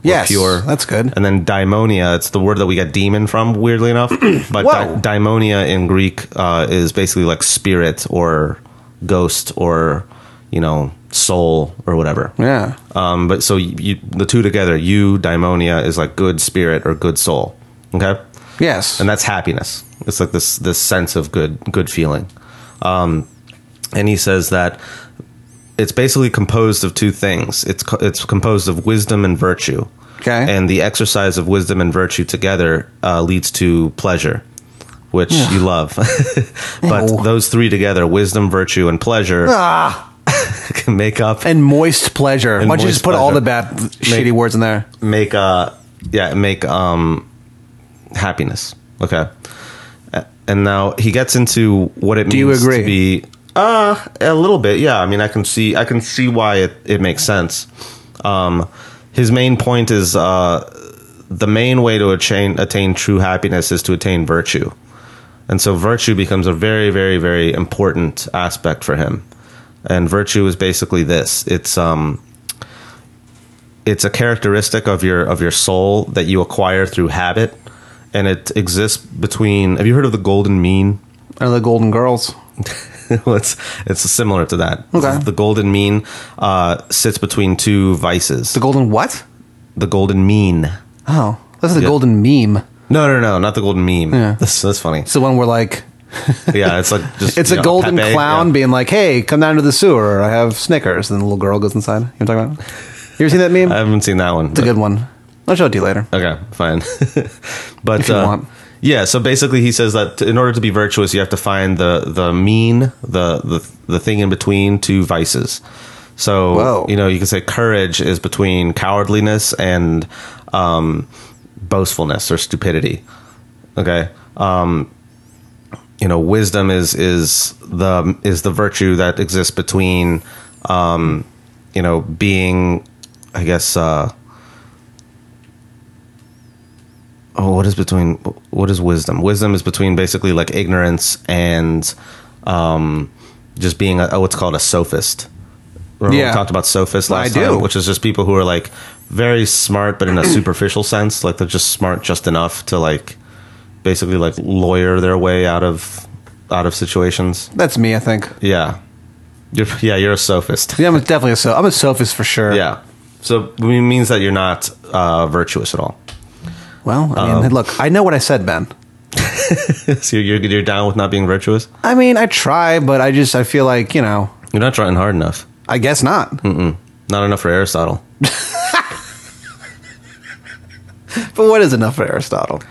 [SPEAKER 3] Yes,
[SPEAKER 2] pure.
[SPEAKER 3] that's good.
[SPEAKER 2] And then daimonia, it's the word that we get demon from, weirdly enough. But
[SPEAKER 3] Whoa.
[SPEAKER 2] di- daimonia in Greek uh, is basically like spirit or ghost or you know soul or whatever.
[SPEAKER 3] Yeah.
[SPEAKER 2] Um, but so you, you, the two together, you daimonia is like good spirit or good soul. Okay
[SPEAKER 3] Yes.
[SPEAKER 2] and that's happiness. It's like this this sense of good good feeling. Um, and he says that it's basically composed of two things. It's co- it's composed of wisdom and virtue.
[SPEAKER 3] Okay.
[SPEAKER 2] And the exercise of wisdom and virtue together uh, leads to pleasure, which you love. but
[SPEAKER 3] Ew.
[SPEAKER 2] those three together, wisdom, virtue, and pleasure,
[SPEAKER 3] ah,
[SPEAKER 2] can make up
[SPEAKER 3] and moist pleasure. Why don't you
[SPEAKER 2] moist
[SPEAKER 3] just put all
[SPEAKER 2] pleasure.
[SPEAKER 3] the bad, shitty words in there?
[SPEAKER 2] make uh yeah make um happiness okay A- and now he gets into what it
[SPEAKER 3] you
[SPEAKER 2] means
[SPEAKER 3] agree?
[SPEAKER 2] to be uh a little bit yeah i mean i can see i can see why it it makes sense um his main point is uh the main way to attain attain true happiness is to attain virtue and so virtue becomes a very very very important aspect for him and virtue is basically this it's um it's a characteristic of your of your soul that you acquire through habit and it exists between have you heard of the golden mean
[SPEAKER 3] Or the Golden Girls?
[SPEAKER 2] well, it's it's similar to that
[SPEAKER 3] Okay.
[SPEAKER 2] the golden mean uh, sits between two vices
[SPEAKER 3] The Golden what?
[SPEAKER 2] the golden mean
[SPEAKER 3] Oh, that's the
[SPEAKER 2] Yeah.
[SPEAKER 3] Golden meme.
[SPEAKER 2] no no no not the golden meme
[SPEAKER 3] Yeah.
[SPEAKER 2] that's, that's funny
[SPEAKER 3] It's the one where like
[SPEAKER 2] yeah it's like just
[SPEAKER 3] it's
[SPEAKER 2] you
[SPEAKER 3] a
[SPEAKER 2] know,
[SPEAKER 3] golden
[SPEAKER 2] Pepe,
[SPEAKER 3] clown
[SPEAKER 2] yeah.
[SPEAKER 3] being like, "Hey, come down to the sewer. I have Snickers." And the little girl goes inside. You know what I'm talking about? You ever seen that meme?
[SPEAKER 2] i haven't seen that one
[SPEAKER 3] it's a good one. I'll show it to you later.
[SPEAKER 2] Okay, fine. but
[SPEAKER 3] you
[SPEAKER 2] uh,
[SPEAKER 3] want.
[SPEAKER 2] yeah, so basically, he says that in order to be virtuous, you have to find the the mean, the the the thing in between two vices. So
[SPEAKER 3] Whoa.
[SPEAKER 2] you know, you can say courage is between cowardliness and um, boastfulness or stupidity. Okay. Um, you know, wisdom is is the is the virtue that exists between, um, you know, being, I guess, uh, oh, what is between what is wisdom? Wisdom is between basically like ignorance and um, just being a, what's called a sophist. Remember
[SPEAKER 3] Yeah.
[SPEAKER 2] we talked about sophists last
[SPEAKER 3] I
[SPEAKER 2] time,
[SPEAKER 3] do.
[SPEAKER 2] which is just people who are like very smart, but in a superficial sense, like they're just smart just enough to like basically like lawyer their way out of out of situations.
[SPEAKER 3] That's me, I think.
[SPEAKER 2] Yeah, you're, yeah, you're a sophist.
[SPEAKER 3] Yeah, I'm definitely a so. I'm a sophist for sure.
[SPEAKER 2] Yeah. So it means that you're not uh, virtuous at all.
[SPEAKER 3] Well, I mean,
[SPEAKER 2] Um,
[SPEAKER 3] hey, look, I know what I said, Ben.
[SPEAKER 2] so you're, you're down with not being virtuous.
[SPEAKER 3] I mean, I try, but I just I feel like you know,
[SPEAKER 2] You're not trying hard enough.
[SPEAKER 3] I guess not.
[SPEAKER 2] Hmm. Not enough for Aristotle.
[SPEAKER 3] But what is enough for Aristotle?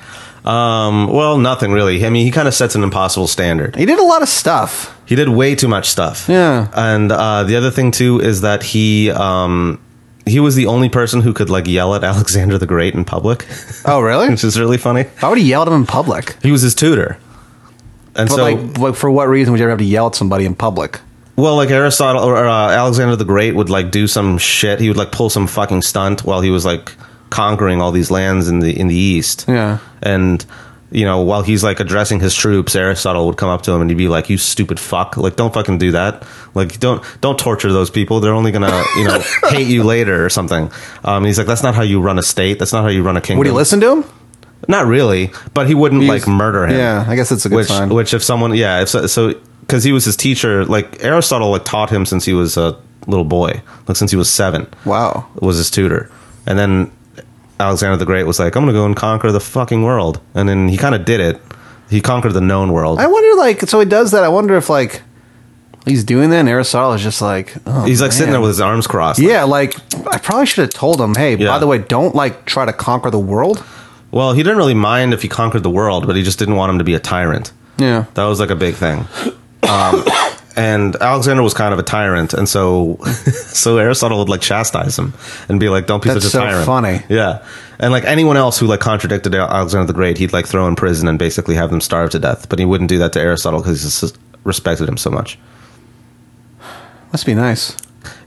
[SPEAKER 2] Um, well, nothing really. I mean, he kind of sets an impossible standard.
[SPEAKER 3] He did a lot of stuff.
[SPEAKER 2] He did way too much stuff.
[SPEAKER 3] Yeah.
[SPEAKER 2] And uh, the other thing too is that he um, he was the only person who could like yell at Alexander the Great in public,
[SPEAKER 3] Oh, really?
[SPEAKER 2] which is really funny.
[SPEAKER 3] I would have yelled at him in public.
[SPEAKER 2] He was his tutor. And
[SPEAKER 3] But
[SPEAKER 2] so,
[SPEAKER 3] like, like, for what reason would you ever have to yell at somebody in public?
[SPEAKER 2] well, like Aristotle or uh, Alexander the Great would like do some shit. He would like pull some fucking stunt while he was like conquering all these lands in the in the east.
[SPEAKER 3] Yeah.
[SPEAKER 2] And you know, while he's like addressing his troops, Aristotle would come up to him and he'd be like, "You stupid fuck! Like, don't fucking do that! Like, don't don't torture those people. They're only gonna you know hate you later or something." Um, he's like, "That's not how you run a state. That's not how you run a kingdom."
[SPEAKER 3] Would he listen to him?
[SPEAKER 2] Not really, but he wouldn't
[SPEAKER 3] He's-
[SPEAKER 2] like murder him.
[SPEAKER 3] Yeah, I guess it's a good
[SPEAKER 2] which
[SPEAKER 3] sign.
[SPEAKER 2] which if someone yeah if so because he was his teacher like Aristotle like taught him since he was a little boy like since he was seven
[SPEAKER 3] wow.
[SPEAKER 2] was his tutor. And then Alexander the Great was like, I'm going to go and conquer the fucking world. And then he kind of did it. He conquered the known world.
[SPEAKER 3] I wonder, like, so he does that. I wonder if, like, he's doing that, and Aristotle's just like, oh,
[SPEAKER 2] He's like sitting
[SPEAKER 3] man.
[SPEAKER 2] there with his arms crossed.
[SPEAKER 3] Yeah, like I probably should have told him, hey,
[SPEAKER 2] Yeah.
[SPEAKER 3] by the way, don't like try to conquer the world.
[SPEAKER 2] Well, he didn't really mind if he conquered the world, but he just didn't want him to be a tyrant.
[SPEAKER 3] Yeah.
[SPEAKER 2] That was like a big thing. Um, and Alexander was kind of a tyrant, and so so Aristotle would like chastise him and be like, "Don't be
[SPEAKER 3] That's
[SPEAKER 2] such a
[SPEAKER 3] so
[SPEAKER 2] tyrant."
[SPEAKER 3] funny.
[SPEAKER 2] Yeah, and like anyone else who like contradicted Alexander the Great, he'd like throw in prison and basically have them starve to death. But he wouldn't do that to Aristotle because he s- respected him so much.
[SPEAKER 3] Must be nice.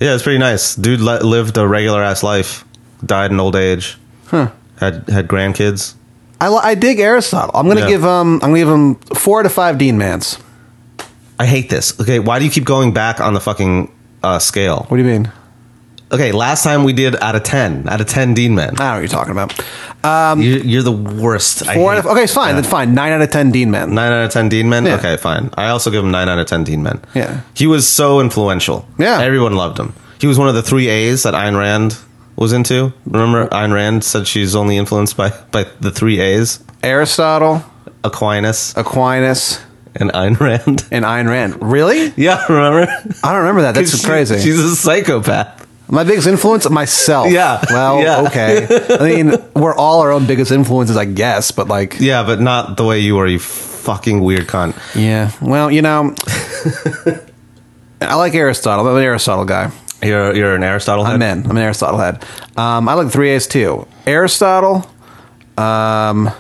[SPEAKER 2] Yeah, it's pretty nice. Dude li lived a regular ass life, died in old age,
[SPEAKER 3] Huh.
[SPEAKER 2] had had grandkids.
[SPEAKER 3] I, li- I dig Aristotle. I'm gonna
[SPEAKER 2] Yeah.
[SPEAKER 3] give um I'm gonna give him four out of five Dean Mans.
[SPEAKER 2] I hate this. Okay, why do you keep going back on the fucking uh, scale?
[SPEAKER 3] What do you mean?
[SPEAKER 2] Okay, last time we did out of ten, out of ten Dean men.
[SPEAKER 3] I don't know what you're talking about.
[SPEAKER 2] you're, you're the worst. I
[SPEAKER 3] Four
[SPEAKER 2] hate-
[SPEAKER 3] out of, okay, it's fine. Then fine. Nine out of ten Dean Men.
[SPEAKER 2] Nine out of ten Dean men.
[SPEAKER 3] Yeah.
[SPEAKER 2] Okay, fine. I also give him nine out of ten Dean men.
[SPEAKER 3] Yeah.
[SPEAKER 2] he was so influential.
[SPEAKER 3] Yeah.
[SPEAKER 2] everyone loved him. He was one of the three A's that Ayn Rand was into. Remember, Ayn Rand said she's only influenced by by the three A's:
[SPEAKER 3] Aristotle,
[SPEAKER 2] Aquinas
[SPEAKER 3] Aquinas,
[SPEAKER 2] and Ayn Rand.
[SPEAKER 3] and Ayn Rand. Really?
[SPEAKER 2] yeah, remember?
[SPEAKER 3] I don't remember that. That's
[SPEAKER 2] She-
[SPEAKER 3] crazy.
[SPEAKER 2] She's a psychopath.
[SPEAKER 3] My biggest influence myself.
[SPEAKER 2] Yeah.
[SPEAKER 3] Well,
[SPEAKER 2] Yeah.
[SPEAKER 3] okay. I mean, we're all our own biggest influences, I guess, but like
[SPEAKER 2] Yeah, but not the way you are. You fucking weird cunt.
[SPEAKER 3] Yeah. Well, you know, I like Aristotle. I'm an Aristotle guy.
[SPEAKER 2] You're you're an Aristotle.
[SPEAKER 3] I'm in. I'm an Aristotle head. Um, I like the three A's too. Aristotle, um,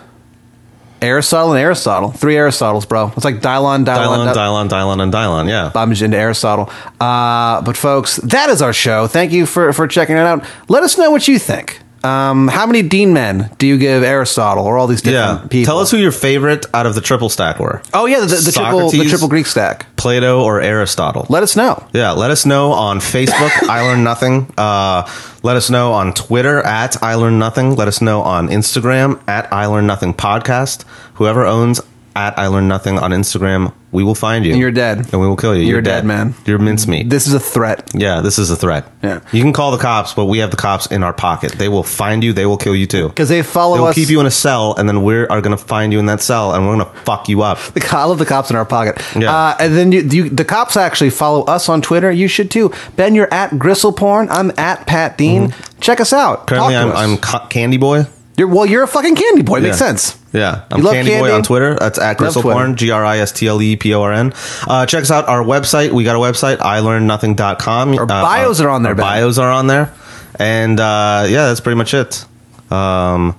[SPEAKER 3] Aristotle, and Aristotle. Three Aristotles, bro. It's like Dylon,
[SPEAKER 2] Dylon,
[SPEAKER 3] Dylon, Dy-
[SPEAKER 2] Dylon, Dylon, and Dylon. Yeah.
[SPEAKER 3] I'm just into Aristotle. Uh, but folks, that is our show. Thank you for, for checking it out. Let us know what you think. Um, how many Dean men do you give Aristotle or all these different
[SPEAKER 2] Yeah.
[SPEAKER 3] people?
[SPEAKER 2] Tell us who your favorite out of the triple stack were.
[SPEAKER 3] Oh yeah, the, the triple the
[SPEAKER 2] Socrates.
[SPEAKER 3] triple Greek stack.
[SPEAKER 2] Plato or Aristotle.
[SPEAKER 3] Let us know.
[SPEAKER 2] yeah, let us know on Facebook, I Learn Nothing. Uh, let us know on Twitter, at I Learn Nothing. Let us know on Instagram, at I Learn Nothing Podcast. Whoever owns at I Learn Nothing on Instagram, we will find you.
[SPEAKER 3] You're dead.
[SPEAKER 2] And we will kill you. You're,
[SPEAKER 3] You're dead, man.
[SPEAKER 2] You're mincemeat.
[SPEAKER 3] This is a threat.
[SPEAKER 2] yeah, this is a threat.
[SPEAKER 3] Yeah.
[SPEAKER 2] You can call the cops, but we have the cops in our pocket. They will find you. They will kill you too.
[SPEAKER 3] Because they follow
[SPEAKER 2] They'll
[SPEAKER 3] us.
[SPEAKER 2] keep you in a cell, and then we are going to find you in that cell, and we're going to fuck you up.
[SPEAKER 3] the, co- I love the cops in our pocket.
[SPEAKER 2] Yeah.
[SPEAKER 3] Uh, and then you, you, the cops actually follow us on Twitter. You should too. Ben, you're at Gristleporn. I'm at Pat Dean. Check us out.
[SPEAKER 2] Currently,
[SPEAKER 3] Talk
[SPEAKER 2] Mm-hmm. I'm,
[SPEAKER 3] to us.
[SPEAKER 2] I'm ca- Candy Boy.
[SPEAKER 3] You're, well, you're a fucking candy boy. Makes
[SPEAKER 2] Yeah.
[SPEAKER 3] sense.
[SPEAKER 2] Yeah, I'm
[SPEAKER 3] You love
[SPEAKER 2] Candy, Boy
[SPEAKER 3] candy?
[SPEAKER 2] on Twitter. That's at
[SPEAKER 3] Love Twitter.
[SPEAKER 2] Gristleporn, G R I S T L E P O R N. Uh, check us out our website. We got a website, ilearnnothing.com. Our
[SPEAKER 3] bios are on there,
[SPEAKER 2] Uh, Our
[SPEAKER 3] Ben.
[SPEAKER 2] bios are on there, and uh, yeah, that's pretty much it. Um,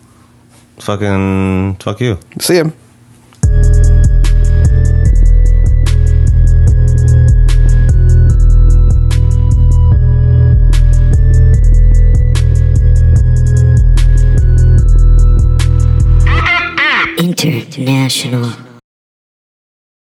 [SPEAKER 2] fucking fuck you.
[SPEAKER 3] See him.
[SPEAKER 1] International.